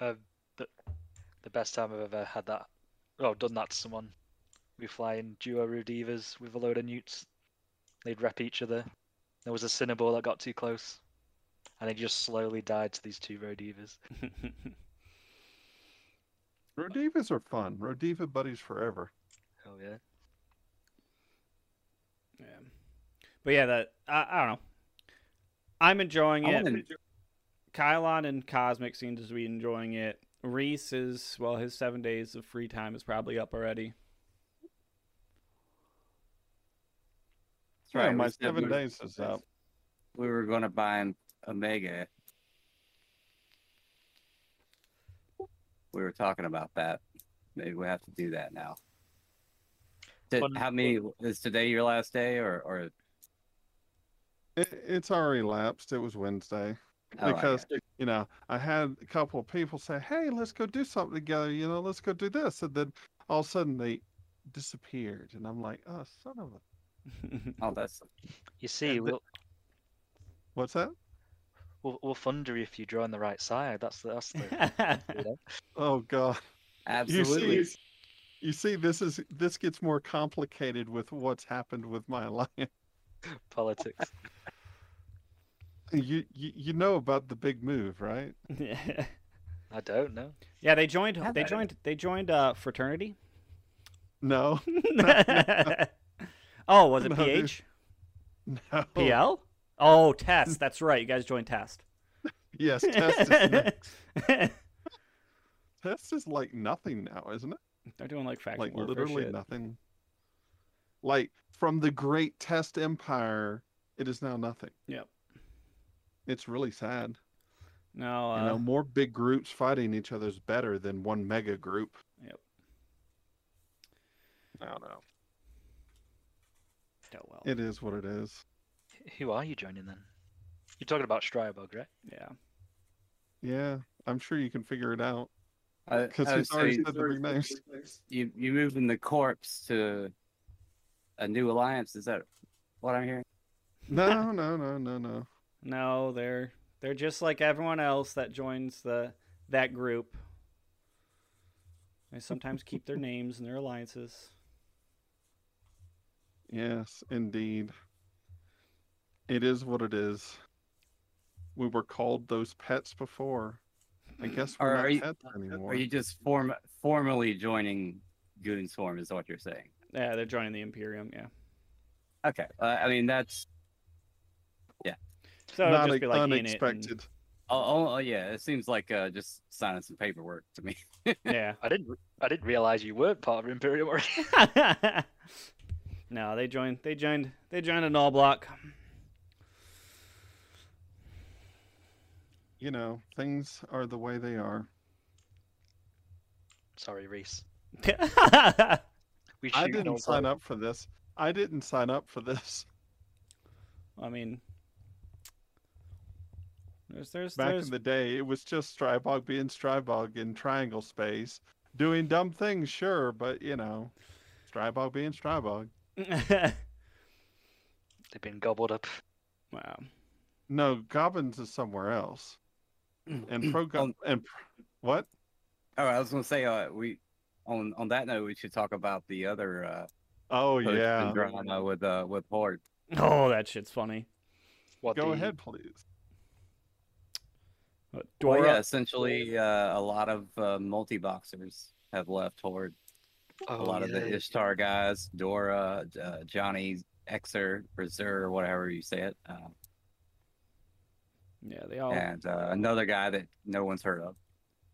Speaker 4: uh, the, the best time I've ever had that, well, done that to someone. We fly in duo Rudivas with a load of newts. They'd rep each other. There was a Cinnabore that got too close, and they just slowly died to these two Rodivas.
Speaker 2: Rodivas are fun. Rodiva buddies forever.
Speaker 4: Oh yeah.
Speaker 1: yeah. But yeah, that I, I don't know. I'm enjoying
Speaker 3: I
Speaker 1: it.
Speaker 3: wanna-
Speaker 1: Kylon and Cosmic seem to be enjoying it. Reese is well, his seven days of free time is probably up already.
Speaker 3: That's right.
Speaker 2: Yeah, my
Speaker 3: we said
Speaker 2: seven
Speaker 3: we-
Speaker 2: days is up.
Speaker 3: We were going to buy an Omega. We were talking about that. Maybe we have to do that now. Did-
Speaker 4: Fun-
Speaker 3: how many is today your last day or or
Speaker 2: It, it's already lapsed. It was Wednesday.
Speaker 3: oh, I
Speaker 2: because
Speaker 3: got it.
Speaker 2: you know I had a couple of people say, "Hey, let's go do something together." You know, let's go do this, and then all of a sudden they disappeared, and I'm like, "Oh, son of a
Speaker 3: oh that's
Speaker 4: You see,
Speaker 2: the-
Speaker 4: we'll,
Speaker 2: what's that?"
Speaker 4: we'll we'll thunder if you join the right side. That's the that's the. you know?
Speaker 2: Oh God!
Speaker 3: absolutely
Speaker 2: You see, you see, this is this gets more complicated with what's happened with my alliance.
Speaker 4: Politics.
Speaker 2: You you, you know about the big move, right?
Speaker 4: I don't know.
Speaker 1: yeah, they joined.
Speaker 3: Have
Speaker 1: They
Speaker 3: at it.
Speaker 1: joined. They joined uh, fraternity.
Speaker 2: No,
Speaker 1: oh, was it
Speaker 2: No, dude.
Speaker 1: PH?
Speaker 2: no.
Speaker 1: PL? Oh, test. That's right. You guys joined test.
Speaker 2: Yes, test is, n- test is like nothing now, isn't it?
Speaker 1: They're doing like faction
Speaker 2: like
Speaker 1: warfare
Speaker 2: literally
Speaker 1: shit.
Speaker 2: nothing. Like from the great test empire, it is now nothing.
Speaker 1: Yep.
Speaker 2: It's really sad.
Speaker 1: No, uh,
Speaker 2: you know, more big groups fighting each other is better than one mega group.
Speaker 1: Yep.
Speaker 2: I don't know.
Speaker 1: oh well.
Speaker 2: It is what it is.
Speaker 4: Who are you joining then? You're talking about Strybog, right?
Speaker 1: yeah.
Speaker 2: Yeah, I'm sure you can figure it out
Speaker 3: I-
Speaker 2: because
Speaker 3: I would
Speaker 2: he's already
Speaker 3: say
Speaker 2: said the big names.
Speaker 3: you you moving the corpse to a new alliance is that what i'm hearing
Speaker 2: No, no, no, no, no.
Speaker 1: No, they're they're just like everyone else that joins the that group. They sometimes keep their names and their alliances.
Speaker 2: Yes, indeed. It is what it is. We were called those pets before. I guess we're
Speaker 3: Are-
Speaker 2: not
Speaker 3: are you-
Speaker 2: pets anymore.
Speaker 3: are you just form formally joining goon swarm is what you're saying
Speaker 1: Yeah, they're joining the Imperium. Yeah.
Speaker 3: okay uh, i mean that's
Speaker 1: So it'll
Speaker 2: not
Speaker 1: just be like in it and-
Speaker 2: unexpected.
Speaker 3: Oh, oh, oh, yeah. It seems like uh, just signing some paperwork to me.
Speaker 1: yeah.
Speaker 4: I didn't I didn't realize you weren't part of Imperium already.
Speaker 1: no, they joined. They joined. They joined an all block.
Speaker 2: You know, things are the way they are.
Speaker 4: Sorry, Reese.
Speaker 1: well,
Speaker 4: We
Speaker 2: I
Speaker 4: shoot no
Speaker 2: didn't sign
Speaker 4: blood.
Speaker 2: up for this. I didn't sign up for this.
Speaker 1: I mean, there's there's
Speaker 2: Back
Speaker 1: there's
Speaker 2: in the day, it was just Strybog being Strybog in triangle space, doing dumb things, sure, but you know, Strybog being Strybog.
Speaker 4: They've been gobbled up.
Speaker 1: wow.
Speaker 2: No, Goblins is somewhere else. And pro
Speaker 3: Um,
Speaker 2: and pro- what?
Speaker 3: All right, I was gonna say uh, we on on that note we should talk about the other uh,
Speaker 2: Oh
Speaker 3: post
Speaker 2: yeah.
Speaker 3: and drama with uh, with Horde.
Speaker 1: Oh, that shit's funny.
Speaker 4: What
Speaker 2: Go
Speaker 4: the-
Speaker 2: ahead, please.
Speaker 1: Uh,
Speaker 3: Well,
Speaker 1: Dora.
Speaker 3: yeah, essentially, uh, a lot of uh, multi boxers have left Horde.
Speaker 4: Oh,
Speaker 3: a lot of the Ishtar guys, Dora, uh, Johnny, Exer, Berser, whatever you say it, uh,
Speaker 1: yeah, they all
Speaker 3: and uh, another guy that no one's heard of.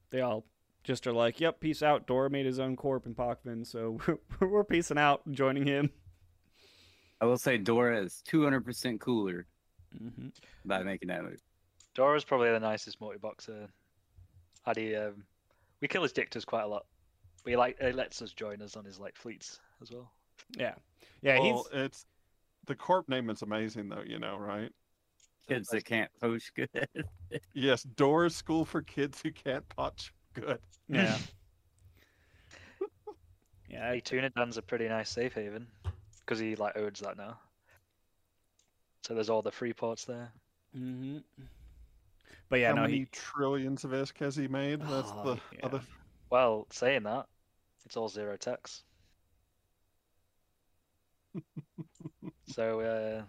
Speaker 1: they all just are like, "Yep, peace out." Dora made his own corp in Pockman, so we're, we're peacing out, joining him.
Speaker 3: I will say Dora is 200% cooler
Speaker 1: Mm-hmm.
Speaker 3: by making that move.
Speaker 4: Dora's probably the nicest multi boxer. Had he, um, we kill his dictators quite a lot. But he like he lets us join us on his like fleets as well.
Speaker 1: Yeah,
Speaker 2: well,
Speaker 1: he's
Speaker 2: it's the corp name is amazing though, you know, right?
Speaker 3: Kids that can't post good.
Speaker 2: Yes, Dora's school for kids who can't potch good.
Speaker 1: yeah. Yeah,
Speaker 4: Hey, Tuna Dan's a pretty nice safe haven because he like owns that now. So there's all the free ports there.
Speaker 1: Mm-hmm. But yeah,
Speaker 2: How
Speaker 1: no,
Speaker 2: many
Speaker 1: he,
Speaker 2: trillions of isk has he made? That's
Speaker 4: Oh,
Speaker 2: the
Speaker 1: yeah.
Speaker 2: other.
Speaker 4: Well, saying that, it's all zero tax. so, uh,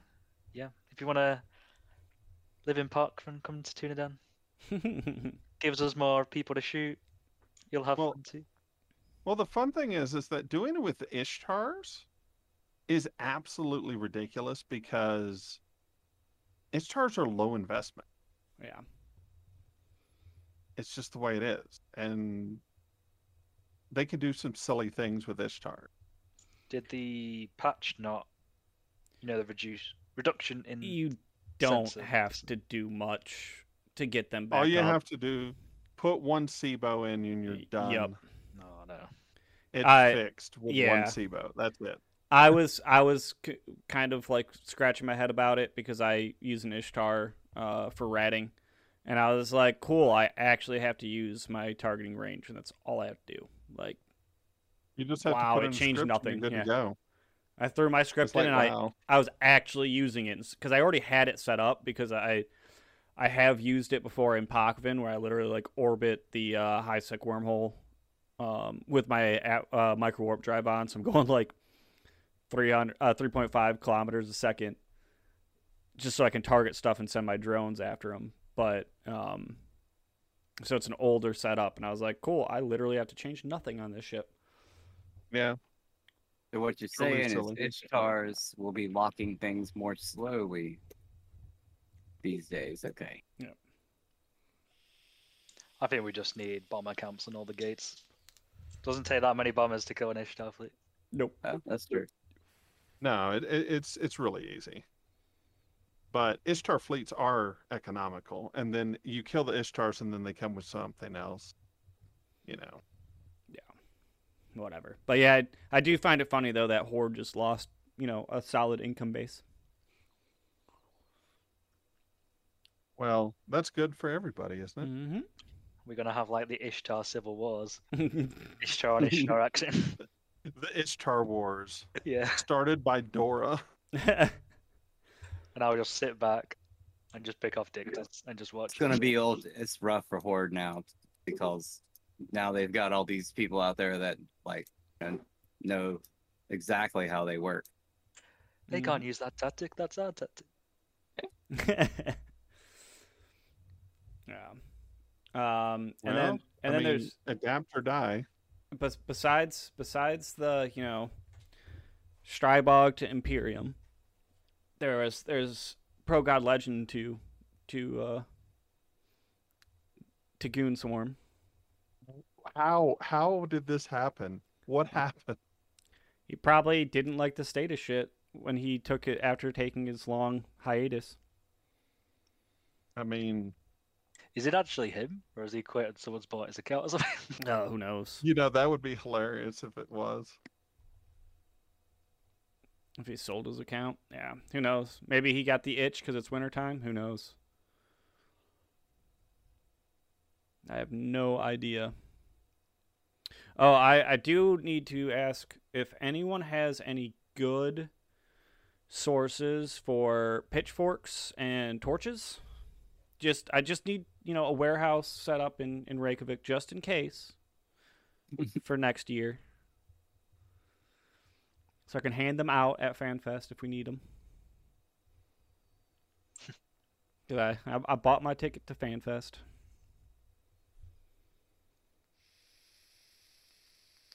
Speaker 4: yeah, if you want to live in Park and come to Tunadan, gives us more people to shoot. You'll have
Speaker 2: Well,
Speaker 4: fun too.
Speaker 2: Well, the fun thing is, is that doing it with the Ishtars is absolutely ridiculous because Ishtars are low investment.
Speaker 1: yeah,
Speaker 2: it's just the way it is. And they could do some silly things with Ishtar.
Speaker 4: Did the patch not, you know, the reduce reduction
Speaker 2: Mm.
Speaker 4: in?
Speaker 1: you don't
Speaker 4: Sense of-
Speaker 1: have to do much to get them back.
Speaker 2: All you
Speaker 1: up.
Speaker 2: have to do put one SIBO in and you're
Speaker 1: Y-
Speaker 2: done.
Speaker 1: yup.
Speaker 4: No, no.
Speaker 2: It's
Speaker 1: I-
Speaker 2: fixed with
Speaker 1: yeah.
Speaker 2: one SIBO. That's it.
Speaker 1: I was I was c- kind of like scratching my head about it because I use an Ishtar uh, for ratting, and I was like, cool. I actually have to use my targeting range, and that's all I have to do. Like
Speaker 2: You just have
Speaker 1: Wow,
Speaker 2: to put
Speaker 1: it
Speaker 2: in a
Speaker 1: changed
Speaker 2: script
Speaker 1: nothing,
Speaker 2: And you're good to
Speaker 1: yeah.
Speaker 2: go.
Speaker 1: I threw my script
Speaker 2: It's like,
Speaker 1: in, and I
Speaker 2: wow.
Speaker 1: I was actually using it because I already had it set up because I I have used it before in Pakvin where I literally like orbit the uh, high sec wormhole um, with my a- uh, micro warp drive on, so I'm going like 300, uh, 3.5 kilometers a second just so I can target stuff and send my drones after them. But um, so it's an older setup, and I was like, cool, I literally have to change nothing on this ship.
Speaker 2: Yeah.
Speaker 3: So what you're
Speaker 2: Totally
Speaker 3: saying
Speaker 2: silly.
Speaker 3: is Ishtars will be locking things more slowly these days. Okay.
Speaker 4: I think we just need bomber camps and all the gates. Doesn't take that many bombers to kill an Ishtar fleet.
Speaker 1: Nope.
Speaker 3: Oh, that's true.
Speaker 2: No, it, it, it's it's really easy. But Ishtar fleets are economical, and then you kill the Ishtars, and then they come with something else. You know,
Speaker 1: whatever. But yeah, I, I do find it funny though that Horde just lost, you know, a solid income base.
Speaker 2: well, that's good for everybody, isn't it?
Speaker 1: Mm-hmm.
Speaker 4: We're gonna have like the Ishtar civil wars. Ishtar and Ishtar accent.
Speaker 1: Mm.
Speaker 2: The Ishtar Wars.
Speaker 4: yeah.
Speaker 2: started by Dora.
Speaker 4: And I'll just sit back and just pick off dictators and just watch.
Speaker 3: It's gonna be old. It's rough for Horde now because now they've got all these people out there that like and know exactly how they work.
Speaker 4: They
Speaker 3: Mm.
Speaker 4: can't use that tactic. That's our tactic.
Speaker 1: yeah. Um, and
Speaker 2: Well,
Speaker 1: then and
Speaker 2: I
Speaker 1: then
Speaker 2: mean,
Speaker 1: there's
Speaker 2: adapt or die.
Speaker 1: bes- besides besides the you know Strybog to Imperium, there is there's Pro God Legend to to uh to Goon Swarm.
Speaker 2: How how did this happen? What happened?
Speaker 1: He probably didn't like the state of shit when he took it after taking his long hiatus.
Speaker 2: I mean,
Speaker 4: Is it actually him, or has he quit and someone's bought his account or something?
Speaker 1: Oh, who knows?
Speaker 2: you know that would be hilarious if it was.
Speaker 1: If he sold his account, yeah, who knows? Maybe he got the itch because it's wintertime. Who knows? I have no idea. Oh, I, I do need to ask if anyone has any good sources for pitchforks and torches. Just I just need, you know, a warehouse set up in, in Reykjavik just in case for next year. So I can hand them out at FanFest if we need them. I, I, I bought my ticket to FanFest.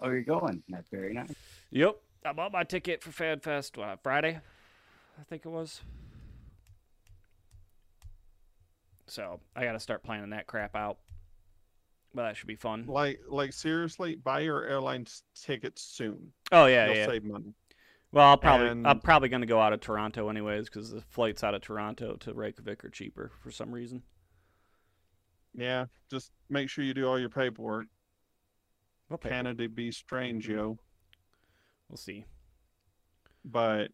Speaker 3: Oh, you're going. That's very nice.
Speaker 1: Yep. I bought my ticket for FanFest uh, Friday, I think it was. So I got to start planning that crap out. But that should be fun.
Speaker 2: Like, like seriously, buy your airline's tickets soon.
Speaker 1: Oh yeah,
Speaker 2: You'll
Speaker 1: yeah.
Speaker 2: save money.
Speaker 1: Well, I'll probably I'm
Speaker 2: And-
Speaker 1: probably gonna go out of Toronto anyways because the flights out of Toronto to Reykjavik are cheaper for some reason.
Speaker 2: Yeah, just make sure you do all your paperwork.
Speaker 1: Okay,
Speaker 2: Canada be strange, yo.
Speaker 1: we'll see.
Speaker 2: But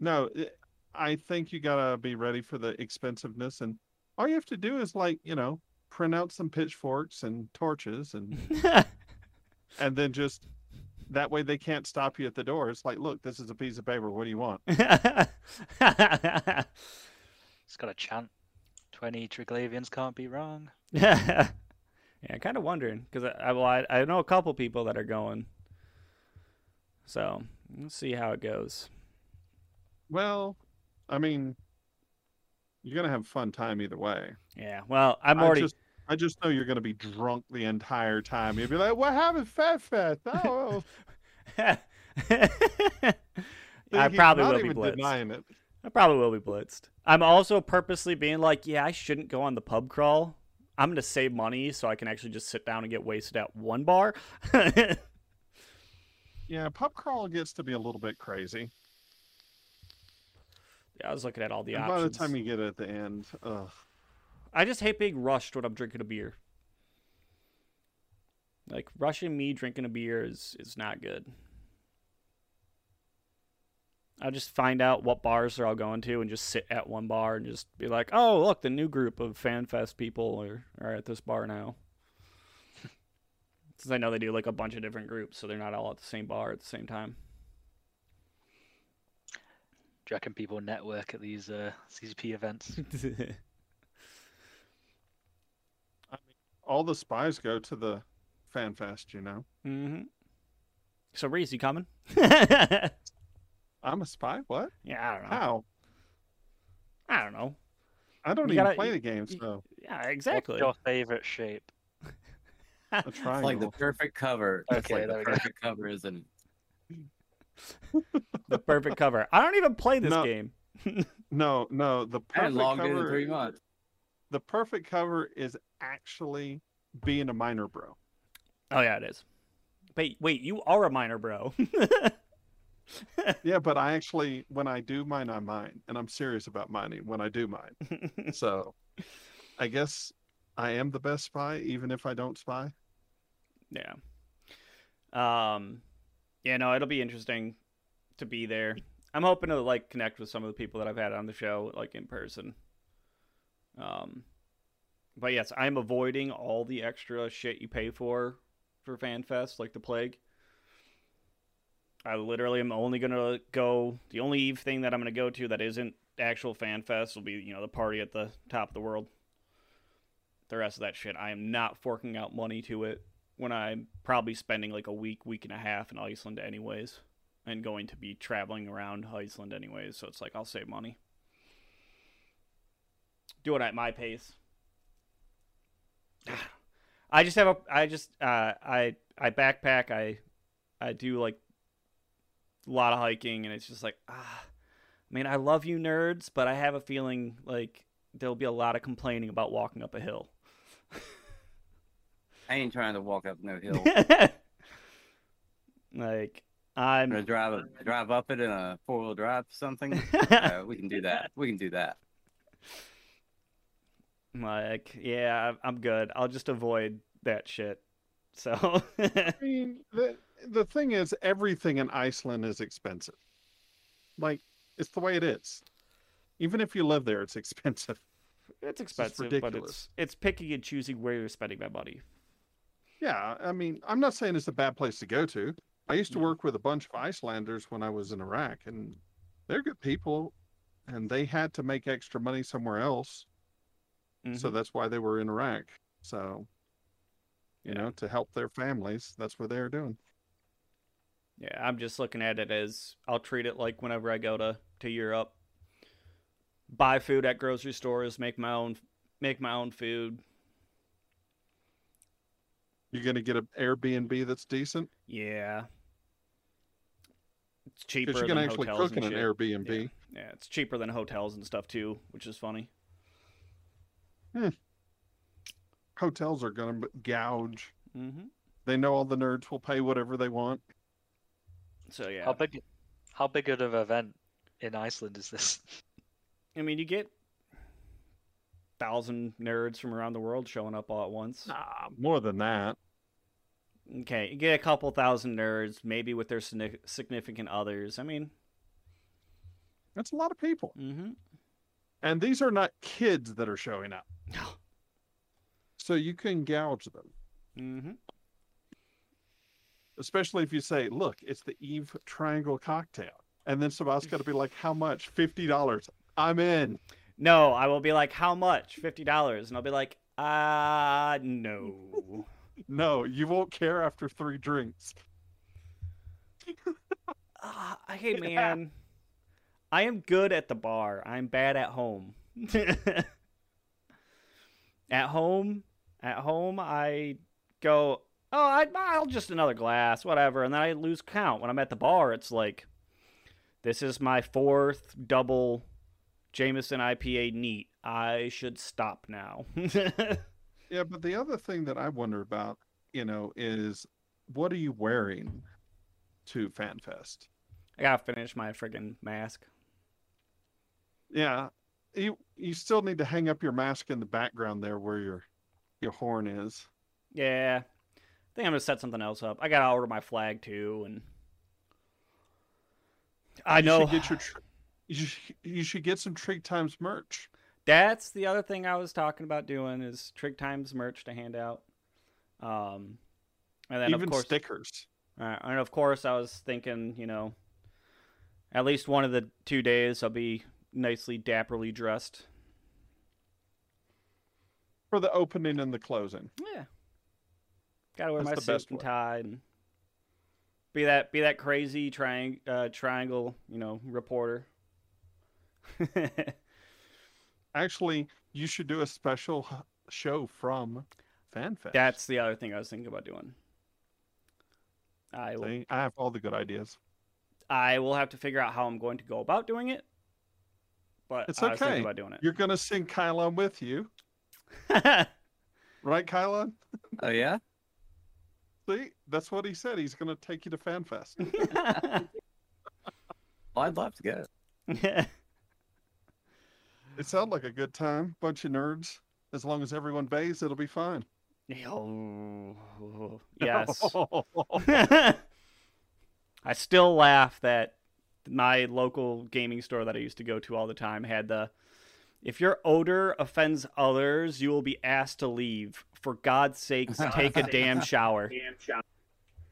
Speaker 2: no, it, I think you gotta be ready for the expensiveness, and all you have to do is like you know print out some pitchforks and torches, and and then just that way they can't stop you at the door. It's like, look, this is a piece of paper. What do you want?
Speaker 4: It's got a chant. Twenty Triglavians can't be wrong.
Speaker 1: yeah, I'm kind of wondering because I, I, well, I I know a couple people that are going, so we'll see how it goes.
Speaker 2: Well, I mean, you're gonna have a fun time either way.
Speaker 1: Yeah, well, I'm already
Speaker 2: I just, I just know you're gonna be drunk the entire time. You'll be like, "What happened, Fat Fat?" Oh, well."
Speaker 1: I
Speaker 2: He's
Speaker 1: probably
Speaker 2: not
Speaker 1: will be
Speaker 2: even
Speaker 1: blitzed.
Speaker 2: denying it.
Speaker 1: I probably will be blitzed. I'm also purposely being like, yeah, I shouldn't go on the pub crawl. I'm gonna save money so I can actually just sit down and get wasted at one bar.
Speaker 2: Yeah, pub crawl gets to be a little bit crazy.
Speaker 1: Yeah, I was looking at all the
Speaker 2: and by the
Speaker 1: options.
Speaker 2: time you get at the end, ugh.
Speaker 1: I just hate being rushed when I'm drinking a beer. Like rushing me drinking a beer is is not good. I just find out what bars they're all going to and just sit at one bar and just be like, "Oh, look, the new group of FanFest people are, are at this bar now." Since I know they do like a bunch of different groups, so they're not all at the same bar at the same time.
Speaker 4: Do you reckon people network at these uh, CCP events?
Speaker 2: all the spies go to the fan fest. You know,
Speaker 1: hmm So Reese, you coming? yeah,
Speaker 2: I'm a spy. What?
Speaker 1: I don't know.
Speaker 2: How?
Speaker 1: I don't know.
Speaker 2: I don't
Speaker 1: You
Speaker 2: even
Speaker 1: gotta-
Speaker 2: play
Speaker 1: you-
Speaker 2: the game,
Speaker 1: you-
Speaker 2: so
Speaker 1: Yeah, exactly.
Speaker 4: What's your favorite shape?
Speaker 2: a
Speaker 3: It's
Speaker 2: triangle.
Speaker 3: like the perfect cover. It's like
Speaker 4: Okay, there
Speaker 3: the
Speaker 4: we go.
Speaker 3: perfect cover, isn't it?
Speaker 1: the perfect cover. I don't even play this
Speaker 2: No.
Speaker 1: game.
Speaker 2: No, no, the
Speaker 3: I haven't
Speaker 2: perfect
Speaker 3: logged in in
Speaker 2: cover.
Speaker 3: three months.
Speaker 2: The perfect cover is actually being a minor bro.
Speaker 1: Oh yeah, it is. Wait, wait, you are a minor, bro.
Speaker 2: Yeah, but I actually, when I do mine, I mine, and I'm serious about mining when I do mine. So, I guess I am the best spy, even if I don't spy.
Speaker 1: yeah. Um, yeah, no, it'll be interesting to be there. I'm hoping to like connect with some of the people that I've had on the show, like in person. Um, but yes, I'm avoiding all the extra shit you pay for for FanFest, like the plague. I literally am only gonna go. The only thing that I'm gonna go to that isn't actual FanFest will be you know the party at the top of the world. The rest of that shit, I am not forking out money to it when I'm probably spending like a week, week and a half in Iceland anyways, and going to be traveling around Iceland anyways. So it's like I'll save money. Do it at my pace. I just have a. I just. Uh, I. I backpack. I. I do like a lot of hiking, and it's just like ah. I mean, I love you nerds, but I have a feeling like there'll be a lot of complaining about walking up a hill.
Speaker 3: I ain't trying to walk up no hill. I'm
Speaker 1: like I'm
Speaker 3: gonna drive a, drive up it in a four wheel drive or something. Uh, we can do that. We can do that.
Speaker 1: like, yeah, I'm- I'm good. I'll just avoid that shit. So
Speaker 2: I mean, the the thing is, everything in Iceland is expensive. Like it's the way it is. Even if you live there, it's expensive.
Speaker 1: it's expensive, but it's
Speaker 2: ridiculous.
Speaker 1: it's picking and choosing where you're spending that money.
Speaker 2: Yeah, I mean, I'm not saying it's a bad place to go to. I used to
Speaker 1: No.
Speaker 2: work with a bunch of Icelanders when I was in Iraq, and they're good people, and they had to make extra money somewhere else, so
Speaker 1: Mhm.
Speaker 2: that's why they were in Iraq. So, you
Speaker 1: Yeah.
Speaker 2: know, to help their families, that's what they were doing.
Speaker 1: Yeah, I'm just looking at it as I'll treat it like whenever I go to to Europe. Buy food at grocery stores, make my own make my own food.
Speaker 2: You're gonna get an Airbnb that's decent
Speaker 1: Yeah. It's cheaper
Speaker 2: because you
Speaker 1: than
Speaker 2: can actually
Speaker 1: hotels
Speaker 2: cook in
Speaker 1: and
Speaker 2: an
Speaker 1: shit.
Speaker 2: Airbnb.
Speaker 1: Yeah, it's cheaper than hotels and stuff too, which is funny.
Speaker 2: Hotels are gonna b- gouge.
Speaker 1: Mm-hmm.
Speaker 2: They know all the nerds will pay whatever they want.
Speaker 1: So yeah,
Speaker 4: How big? How big of an event in Iceland is this?
Speaker 1: I mean, you get thousand nerds from around the world showing up all at once.
Speaker 2: Nah, more than that.
Speaker 1: Okay, you get a couple thousand nerds, maybe with their signi- significant others. I mean,
Speaker 2: That's a lot of people.
Speaker 1: mm-hmm.
Speaker 2: And these are not kids that are showing up.
Speaker 1: No.
Speaker 2: So you can gouge them,
Speaker 1: Mm-hmm.
Speaker 2: especially if you say, look, it's the Eve Triangle cocktail. And then somebody's got to be like, how much? $50. I'm in.
Speaker 1: No, I will be like, how much? Fifty dollars, and I'll be like, ah, uh, no.
Speaker 2: No, you won't care after three drinks.
Speaker 1: Ah, hey man, I am good at the bar. I'm bad at home. at home, at home, I go. Oh, I, I'll just another glass, whatever, and then I lose count. When I'm at the bar, it's like, this is my fourth double Jameson IPA neat. I should stop now.
Speaker 2: Yeah, but the other thing that I wonder about, you know, is what are you wearing to FanFest?
Speaker 1: I gotta finish my friggin' mask.
Speaker 2: Yeah, you you still need to hang up your mask in the background there where your your horn is.
Speaker 1: Yeah, I think I'm gonna set something else up. I gotta order my flag too, and I
Speaker 2: You
Speaker 1: know
Speaker 2: Should get your tr- you, sh- you should get some Trig Times merch.
Speaker 1: that's the other thing I was talking about doing is Trig Times merch to hand out. Um, and then
Speaker 2: Even
Speaker 1: of course,
Speaker 2: stickers.
Speaker 1: uh, and of course, I was thinking, you know, at least one of the two days I'll be nicely dapperly dressed.
Speaker 2: For the opening and the closing.
Speaker 1: Yeah, gotta wear
Speaker 2: That's
Speaker 1: my
Speaker 2: the
Speaker 1: suit
Speaker 2: best
Speaker 1: and
Speaker 2: way.
Speaker 1: tie and be that be that crazy triang- uh, triangle, you know, reporter.
Speaker 2: Actually, you should do a special h- show from FanFest.
Speaker 1: That's the other thing I was thinking about doing. I will,
Speaker 2: See, I have all the good ideas.
Speaker 1: I will have to figure out how I'm going to go about doing it. But
Speaker 2: It's
Speaker 1: I was thinking
Speaker 2: okay.
Speaker 1: about doing it.
Speaker 2: You're gonna sing Kylon with you, right, Kylon?
Speaker 3: Oh yeah.
Speaker 2: See, that's what he said. He's gonna take you to FanFest.
Speaker 3: Well, I'd love to go.
Speaker 2: it sounds like a good time. Bunch of nerds. As long as everyone bays, it'll be fine.
Speaker 1: Oh, yes. I still laugh that my local gaming store that I used to go to all the time had the if your odor offends others, you will be asked to leave. For God's sakes, take a damn shower.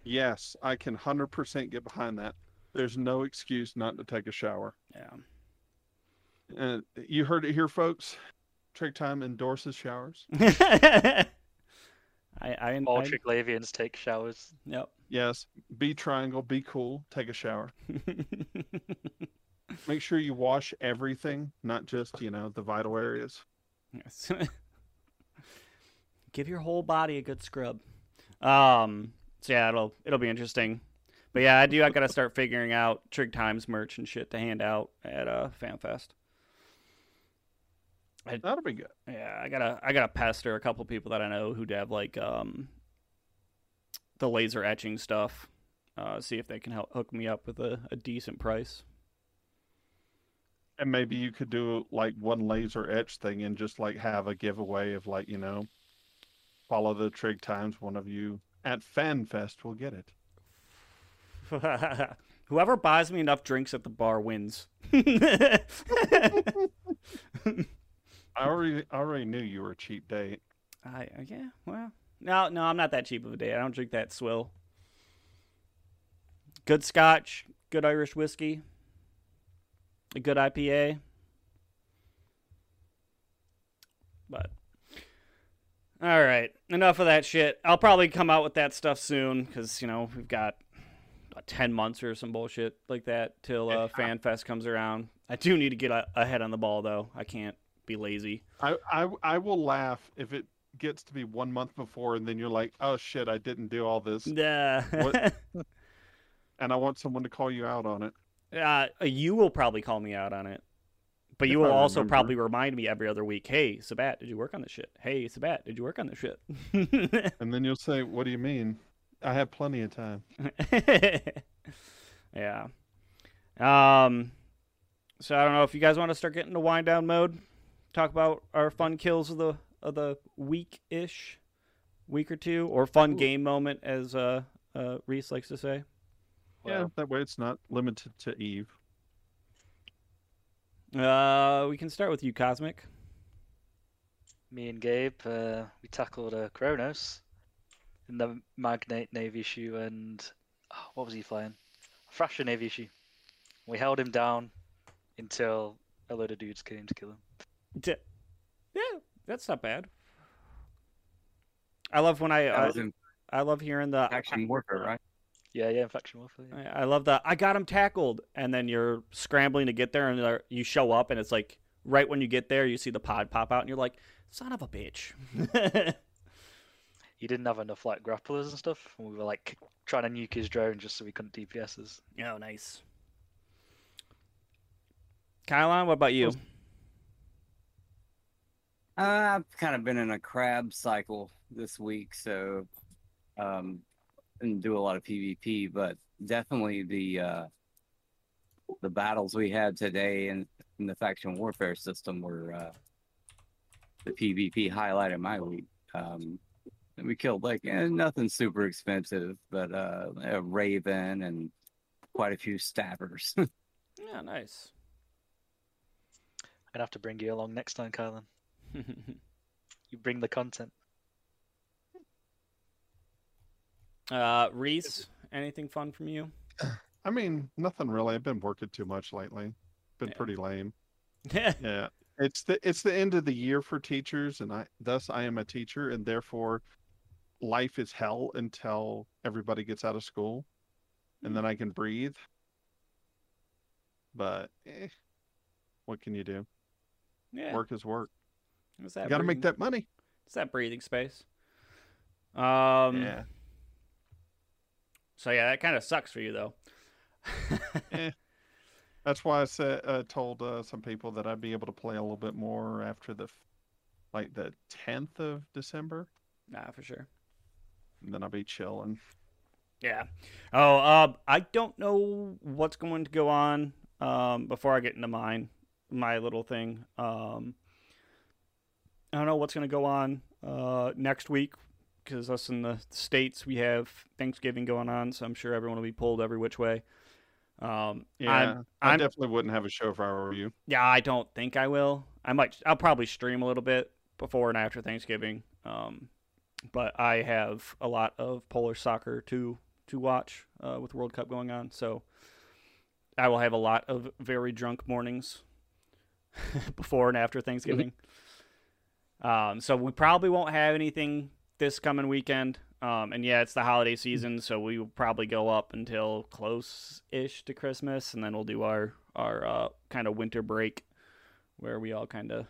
Speaker 2: Yes, I can 100% get behind that. There's no excuse not to take a shower.
Speaker 1: Yeah.
Speaker 2: Uh, you heard it here, folks. Trick Time endorses showers.
Speaker 1: I, I,
Speaker 4: All
Speaker 1: I-
Speaker 4: Triglavians take showers.
Speaker 1: Yep.
Speaker 2: Yes, be triangle, be cool, take a shower. Make sure you wash everything, not just, you know, the vital areas.
Speaker 1: Yes. Give your whole body a good scrub. Um. So yeah, it'll it'll be interesting. But yeah, I do. I gotta start figuring out Trig Times merch and shit to hand out at uh FanFest.
Speaker 2: That'll be good.
Speaker 1: Yeah, I gotta I gotta pester a couple people that I know who have like um the laser etching stuff. Uh, see if they can help hook me up with a, a decent price.
Speaker 2: And maybe you could do like one laser etch thing and just like have a giveaway of like, you know, follow the Trig Times. One of you at FanFest will get it.
Speaker 1: Whoever buys me enough drinks at the bar wins.
Speaker 2: I already, I already knew you were a cheap date.
Speaker 1: I uh, yeah, well, no, no, I'm not that cheap of a day. I don't drink that swill. Good Scotch, good Irish whiskey, a good IPA. But all right, enough of that shit. I'll probably come out with that stuff soon because you know we've got about ten months or some bullshit like that till uh, FanFest comes around. I do need to get a- ahead on the ball though. I can't be lazy.
Speaker 2: I, I I will laugh if it gets to be one month before, and then you're like, oh shit, I didn't do all this,
Speaker 1: Nah.
Speaker 2: What- and I want someone to call you out on it.
Speaker 1: Uh, you will probably call me out on it, but
Speaker 2: If
Speaker 1: you will
Speaker 2: I
Speaker 1: also
Speaker 2: remember.
Speaker 1: probably remind me every other week. Hey, Sabat, did you work on this shit? Hey, Sabat, did you work on this shit?
Speaker 2: And then you'll say, what do you mean? I have plenty of time.
Speaker 1: yeah. Um. So I don't know if you guys want to start getting to wind down mode. Talk about our fun kills of the of the week ish, week or two, or fun game moment, as uh, uh Reese likes to say.
Speaker 2: yeah, that way it's not limited to Eve.
Speaker 1: Uh, we can start with you, Cosmic.
Speaker 4: me and Gabe, uh, we tackled uh, Kronos in the Magnate Navy Shoe and oh, what was he flying? Thrasher Navy Shoe. We held him down until a load of dudes came to kill him.
Speaker 1: D- yeah, that's not bad. I love when I
Speaker 3: That
Speaker 1: I,
Speaker 3: was in
Speaker 1: I love hearing the
Speaker 3: action warfare, right?
Speaker 4: Yeah, yeah, infection warfare. Yeah.
Speaker 1: I I love the I got him tackled, and then you're scrambling to get there, and there- you show up, and it's like right when you get there, you see the pod pop out, and you're like, son of a bitch.
Speaker 4: He didn't have enough like grapplers and stuff, and we were like trying to nuke his drone just so we couldn't DPS us.
Speaker 1: oh, nice. Kylon, what about you?
Speaker 3: Uh, I've kind of been in a crab cycle this week, so um, didn't do a lot of PvP, but definitely the uh, the battles we had today in, in the faction warfare system were uh, the PvP highlight of my week. Um, and we killed like eh, nothing super expensive, but uh, a raven and quite a few stabbers.
Speaker 1: Yeah, nice.
Speaker 4: I'm gonna have to bring you along next time, Kylan. You bring the content.
Speaker 1: uh, Reese, anything fun from you?
Speaker 2: I mean, nothing really. I've been working too much lately. Been
Speaker 1: Yeah.
Speaker 2: pretty lame. Yeah. It's the it's the end of the year for teachers and I thus I am a teacher and therefore life is hell until everybody gets out of school and then I can breathe. But eh, what can you do?
Speaker 1: yeah,
Speaker 2: Work is work.
Speaker 1: what's that
Speaker 2: you got to
Speaker 1: breathing-
Speaker 2: make that money.
Speaker 1: It's that breathing space. Um.
Speaker 2: yeah.
Speaker 1: So yeah, that kind of sucks for you though.
Speaker 2: That's why I said uh, told uh, some people that I'd be able to play a little bit more after the f- like the 10th of December
Speaker 1: Nah, for sure.
Speaker 2: and then I'll be chilling.
Speaker 1: Yeah. Oh, uh, I don't know what's going to go on um, before I get into mine, my little thing. Um, I don't know what's going to go on uh, next week because us in the states we have Thanksgiving going on, so I'm sure everyone will be pulled every which way. Um,
Speaker 2: Yeah.
Speaker 1: I'm,
Speaker 2: I
Speaker 1: I'm
Speaker 2: definitely wouldn't have a show if I were you.
Speaker 1: Yeah, I don't think I will. I might. I'll probably stream a little bit before and after Thanksgiving. Um, but I have a lot of Polish soccer to to watch uh, with World Cup going on, so I will have a lot of very drunk mornings before and after Thanksgiving. um, so we probably won't have anything this coming weekend. Um, and yeah, it's the holiday season, so we will probably go up until close ish to Christmas, and then we'll do our our uh, kind of winter break, where we all kind of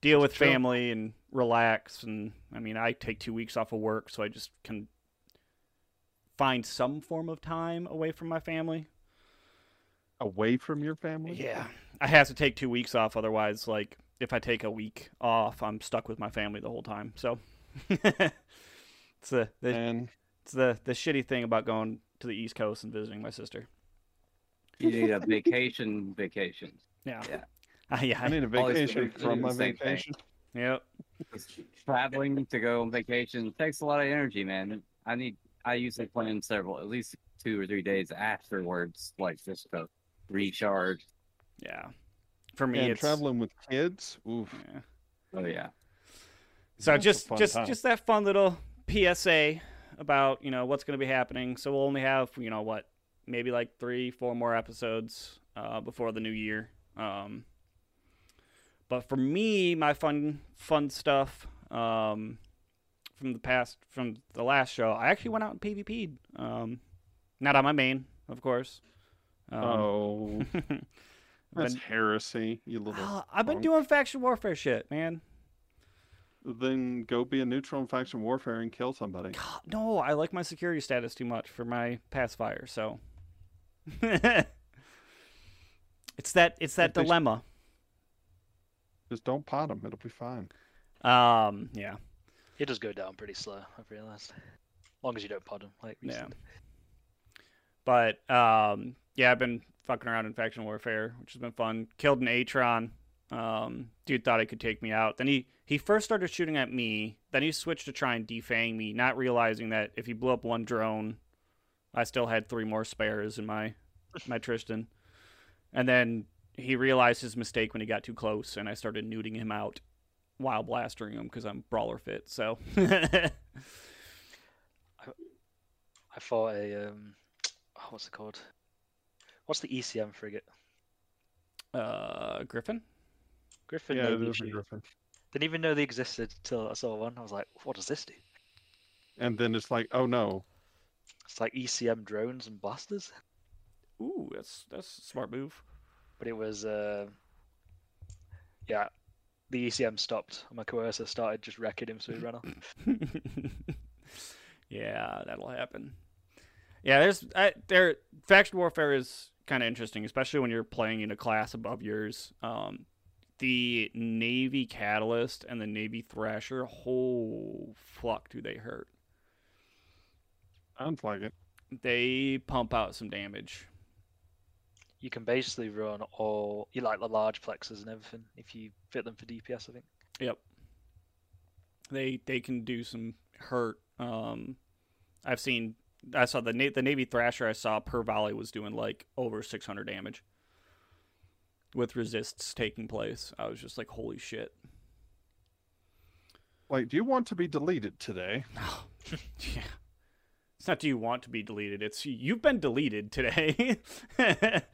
Speaker 1: deal with
Speaker 2: chill.
Speaker 1: family and relax. And I mean, I take two weeks off of work, so I just can find some form of time away from my family.
Speaker 2: Away from your family?
Speaker 1: Yeah, I have to take two weeks off, otherwise, like if I take a week off, I'm stuck with my family the whole time. So it's the, the
Speaker 2: And
Speaker 1: It's the the shitty thing about going to the East Coast and visiting my sister.
Speaker 3: you need a vacation, vacation.
Speaker 1: Yeah.
Speaker 3: Yeah.
Speaker 1: Uh, yeah.
Speaker 2: I need a
Speaker 3: All these
Speaker 2: vacation
Speaker 3: things
Speaker 2: from
Speaker 3: do
Speaker 2: my
Speaker 3: the same thing.
Speaker 2: vacation.
Speaker 1: yep.
Speaker 3: traveling to go on vacation takes a lot of energy, man. I need I usually plan several, at least two or three days afterwards, like just to recharge.
Speaker 1: Yeah. For me,
Speaker 2: And
Speaker 1: it's
Speaker 2: traveling with kids. Oof.
Speaker 1: yeah.
Speaker 3: Oh yeah,
Speaker 1: So
Speaker 2: That's a
Speaker 1: just
Speaker 2: fun
Speaker 1: just
Speaker 2: time.
Speaker 1: just that fun little PSA about you know what's going to be happening. So we'll only have you know what maybe like three four more episodes uh, before the new year. Um, but for me, my fun fun stuff um, from the past from the last show, I actually went out and PvP'd. Um, not on my main, of course. Um,
Speaker 2: oh,
Speaker 1: I've
Speaker 2: that's
Speaker 1: been,
Speaker 2: heresy, you little.
Speaker 1: Ah, I've been
Speaker 2: punk.
Speaker 1: doing faction warfare shit, man.
Speaker 2: then go be a neutral in faction warfare and kill somebody.
Speaker 1: God, no, I like my security status too much for my pacifier. So it's that it's that
Speaker 2: If they sh-
Speaker 1: dilemma.
Speaker 2: Just don't pot them. It'll be fine.
Speaker 1: Um, yeah,
Speaker 4: He does go down pretty slow. I've realised. As long as you don't pod him, like we
Speaker 1: Yeah.
Speaker 4: said.
Speaker 1: but um, yeah, I've been fucking around in faction warfare, which has been fun. Killed an Atron. Um, dude thought he could take me out. Then he he first started shooting at me. Then he switched to try and defang me, not realizing that if he blew up one drone, I still had three more spares in my my Tristan. And then he realized his mistake when he got too close, and I started nuding him out while blastering him because I'm brawler fit. So
Speaker 4: I fought a um, oh, what's it called? What's the ECM frigate?
Speaker 1: uh, Griffin.
Speaker 4: Griffin.
Speaker 2: yeah,
Speaker 4: no
Speaker 2: it is a
Speaker 4: Nishi.
Speaker 2: griffin.
Speaker 4: Didn't even know they existed till I saw one. I was like, what does this do?
Speaker 2: And then it's like, oh no,
Speaker 4: It's like ECM drones and blasters.
Speaker 1: Ooh, that's that's a smart move.
Speaker 4: but it was uh, yeah the ecm stopped and my coercer started just wrecking him so he ran off
Speaker 1: yeah, that'll happen. Yeah, there's I, there faction warfare is kind of interesting, especially when you're playing in a class above yours. Um, the Navy Catalyst and the Navy Thrasher, whole fuck, do they hurt?
Speaker 2: sounds like it.
Speaker 1: They pump out some damage.
Speaker 4: you can basically run all you like the large plexes and everything if you fit them for dps i think
Speaker 1: Yep. They they can do some hurt. Um, I've seen I saw the Na- the Navy Thrasher I saw per volley was doing like over 600 damage with resists taking place. I was just like, holy shit.
Speaker 2: Like, do you want to be deleted today?
Speaker 1: yeah. It's not do you want to be deleted. It's you've been deleted today. like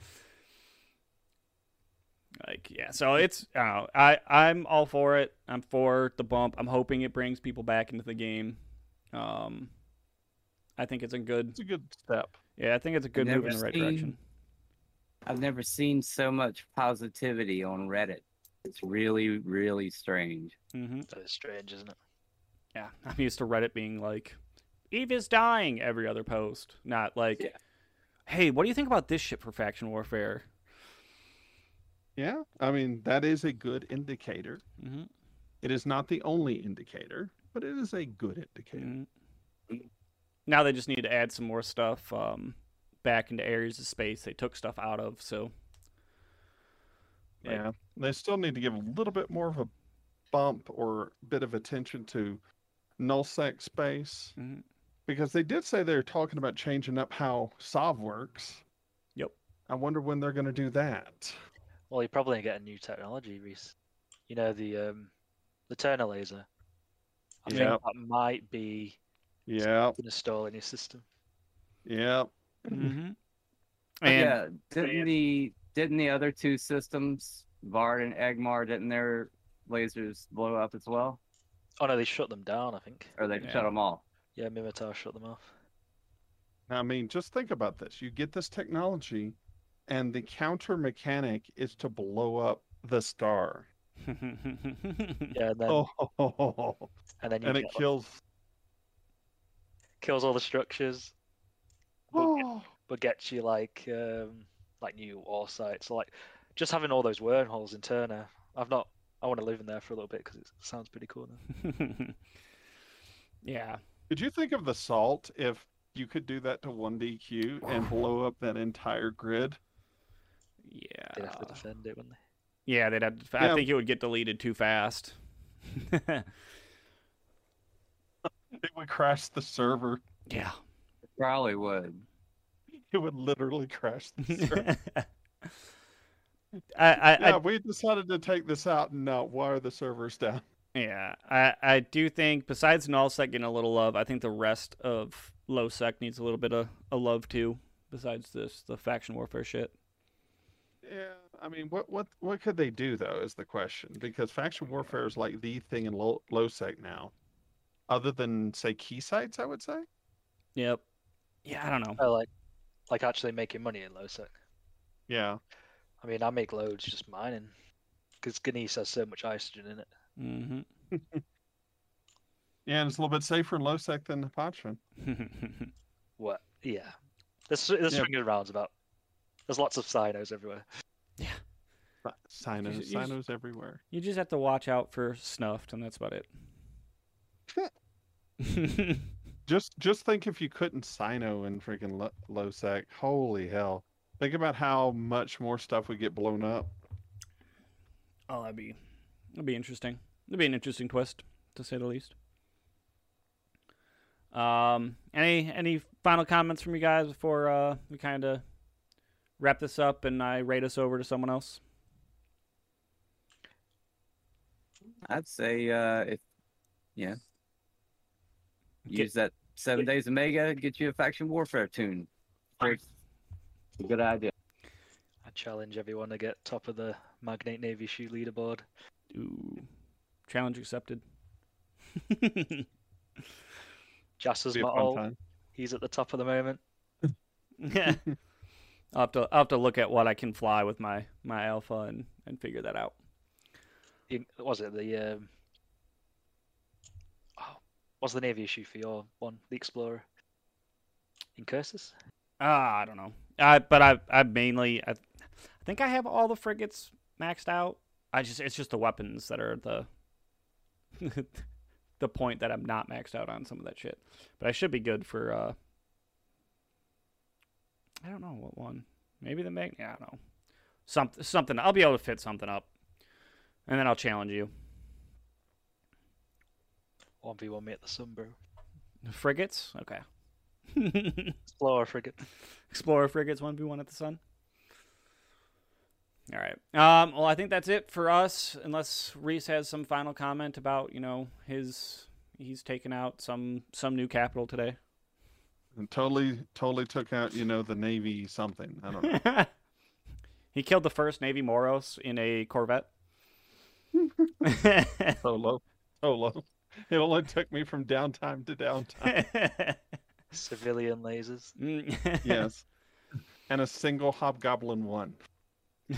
Speaker 1: yeah, so it's I don't know. I I'm all for it. I'm for the bump. I'm hoping it brings people back into the game. Um, I think it's a good.
Speaker 2: It's a good step.
Speaker 1: Yeah, I think it's a good move in the right
Speaker 3: Never seen-
Speaker 1: direction.
Speaker 3: I've never seen so much positivity on Reddit. It's really, really strange.
Speaker 1: hmm
Speaker 4: that is strange isn't it
Speaker 1: Yeah, I'm used to Reddit being like, "Eve is dying" every other post, not like,
Speaker 3: Yeah.
Speaker 1: "Hey, what do you think about this shit for faction warfare?"
Speaker 2: Yeah, I mean that is a good indicator.
Speaker 1: Mm-hmm.
Speaker 2: It is not the only indicator, but it is a good indicator.
Speaker 1: Mhm. Now they just need to add some more stuff um, back into areas of space they took stuff out of. So Like-
Speaker 2: Yeah, they still need to give a little bit more of a bump or bit of attention to nullsec space
Speaker 1: Mhm.
Speaker 2: because they did say they're talking about changing up how Sov works.
Speaker 1: Yep.
Speaker 2: I wonder when they're going to do that.
Speaker 4: well you probably ain't getting new technology reese you know the um the turner laser i
Speaker 2: Yeah.
Speaker 4: think that might be
Speaker 2: Yep.
Speaker 4: installed in your system
Speaker 2: Yep. Mm-hmm.
Speaker 1: mm-hmm. and
Speaker 3: yeah, didn't the didn't the other two systems, Vard and Egmar, didn't their lasers blow up as well,
Speaker 4: oh no they shut them down i think
Speaker 3: or they
Speaker 1: Yeah.
Speaker 3: shut them all?
Speaker 4: yeah mimitar shut them off
Speaker 2: I mean, just think about this. You get this technology, and the counter mechanic is to blow up the star.
Speaker 4: yeah and then,
Speaker 2: Oh,
Speaker 4: and then you
Speaker 2: and it
Speaker 4: get-
Speaker 2: kills.
Speaker 4: kills all the structures but get-
Speaker 2: Oh,
Speaker 4: but gets you like um, like new ore sites. Like just having all those wormholes in Turner. I've not. I want to live in there for a little bit because it sounds pretty cool. Now.
Speaker 1: yeah,
Speaker 2: Could you think of the salt if you could do that to 1DQ and blow up that entire grid?
Speaker 4: They'd
Speaker 2: Ah.
Speaker 4: have to
Speaker 1: yeah,
Speaker 4: defend it, wouldn't they?
Speaker 1: yeah. They'd have. To, I
Speaker 2: Yeah.
Speaker 1: think it would get deleted too fast.
Speaker 2: It would crash the server.
Speaker 1: yeah.
Speaker 3: Probably would.
Speaker 2: It would literally crash the server.
Speaker 1: I, I, I
Speaker 2: yeah, we decided to take this out and not wire the servers down.
Speaker 1: Yeah, I, I do think besides Nullsec getting a little love, I think the rest of Lowsec needs a little bit of a love too. Besides this, the faction warfare shit.
Speaker 2: Yeah, I mean, what what what could they do though is the question because faction warfare is like the thing in low, low sec now, other than say key sites, I would say.
Speaker 1: Yep. Yeah, I don't know.
Speaker 4: Oh, like like actually making money in Losec.
Speaker 2: Yeah,
Speaker 4: I mean, I make loads just mining because Ganesh has so much oxygen in it.
Speaker 1: Mm-hmm.
Speaker 2: Yeah, and it's a little bit safer in Losec than Hippotron.
Speaker 1: Mm-hmm.
Speaker 4: What? Yeah. There's there's
Speaker 2: Yeah.
Speaker 4: swings and roundabout. There's lots of sinos everywhere.
Speaker 2: But Sinos,
Speaker 1: should use-
Speaker 2: sinos everywhere.
Speaker 1: you just have to watch out for snuffed, and that's about it.
Speaker 2: Just just think if you couldn't sino in freaking Lo- Losec, holy hell! Think about how much more stuff would get blown up.
Speaker 1: oh, that'd be that'd be interesting. That'd be an interesting twist, to say the least. Um, any any final comments from you guys before uh, we kind of wrap this up and I rate us over to someone else?
Speaker 3: I'd say uh, if yeah,
Speaker 1: Get-
Speaker 3: use that seven days of mega, get you a faction warfare tune. Great. Good idea.
Speaker 4: I challenge everyone to get top of the Magnate Navy Shoe leaderboard.
Speaker 1: Ooh, challenge accepted.
Speaker 4: Jasper's
Speaker 2: Be a
Speaker 4: my
Speaker 2: fun
Speaker 4: all.
Speaker 2: time.
Speaker 4: He's at the top of the moment.
Speaker 1: Yeah. I'll have to I'll have to look at what I can fly with my my alpha and and figure that out.
Speaker 4: He- was it the um, oh, what's the navy issue for your one, the Explorer? In curses?
Speaker 1: Ah, I don't know. I but I I mainly I, I think I have all the frigates maxed out. I just it's just the weapons that are the the point that I'm not maxed out on some of that shit. But I should be good for uh I don't know what one. Maybe the mag. Yeah, I don't know. Something something I'll be able to fit something up. And then I'll challenge you.
Speaker 4: One v one me at the sun, bro.
Speaker 1: Frigates? Okay.
Speaker 4: Explorer frigate.
Speaker 1: Explorer frigates 1v1 at the sun. All right. Um, well, I think that's it for us, unless Reese has some final comment about, you know, his he's taken out some some new capital today.
Speaker 2: And totally totally took out you know the navy something. I don't know.
Speaker 1: he killed the first Navy Moros in a Corvette.
Speaker 2: Solo, solo. It only took me from downtime to downtime.
Speaker 4: Civilian lasers.
Speaker 2: yes, and a single hobgoblin one.
Speaker 1: All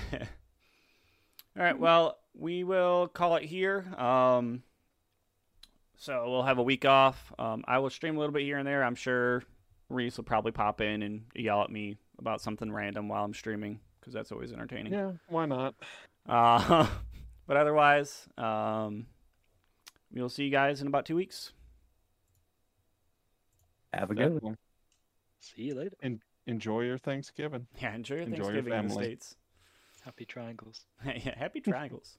Speaker 1: right. Well, we will call it here. Um, so we'll have a week off. Um, I will stream a little bit here and there. I'm sure Reese will probably pop in and yell at me about something random while I'm streaming because that's always entertaining.
Speaker 2: Yeah, why not?
Speaker 1: Uh, but otherwise, um, we'll see you guys in about two weeks.
Speaker 3: Have a good one.
Speaker 4: See you later.
Speaker 2: Enjoy your Thanksgiving.
Speaker 1: Yeah, enjoy your
Speaker 2: Enjoy your
Speaker 1: Thanksgiving in the
Speaker 2: family.
Speaker 1: States.
Speaker 4: Happy triangles.
Speaker 1: yeah, happy triangles.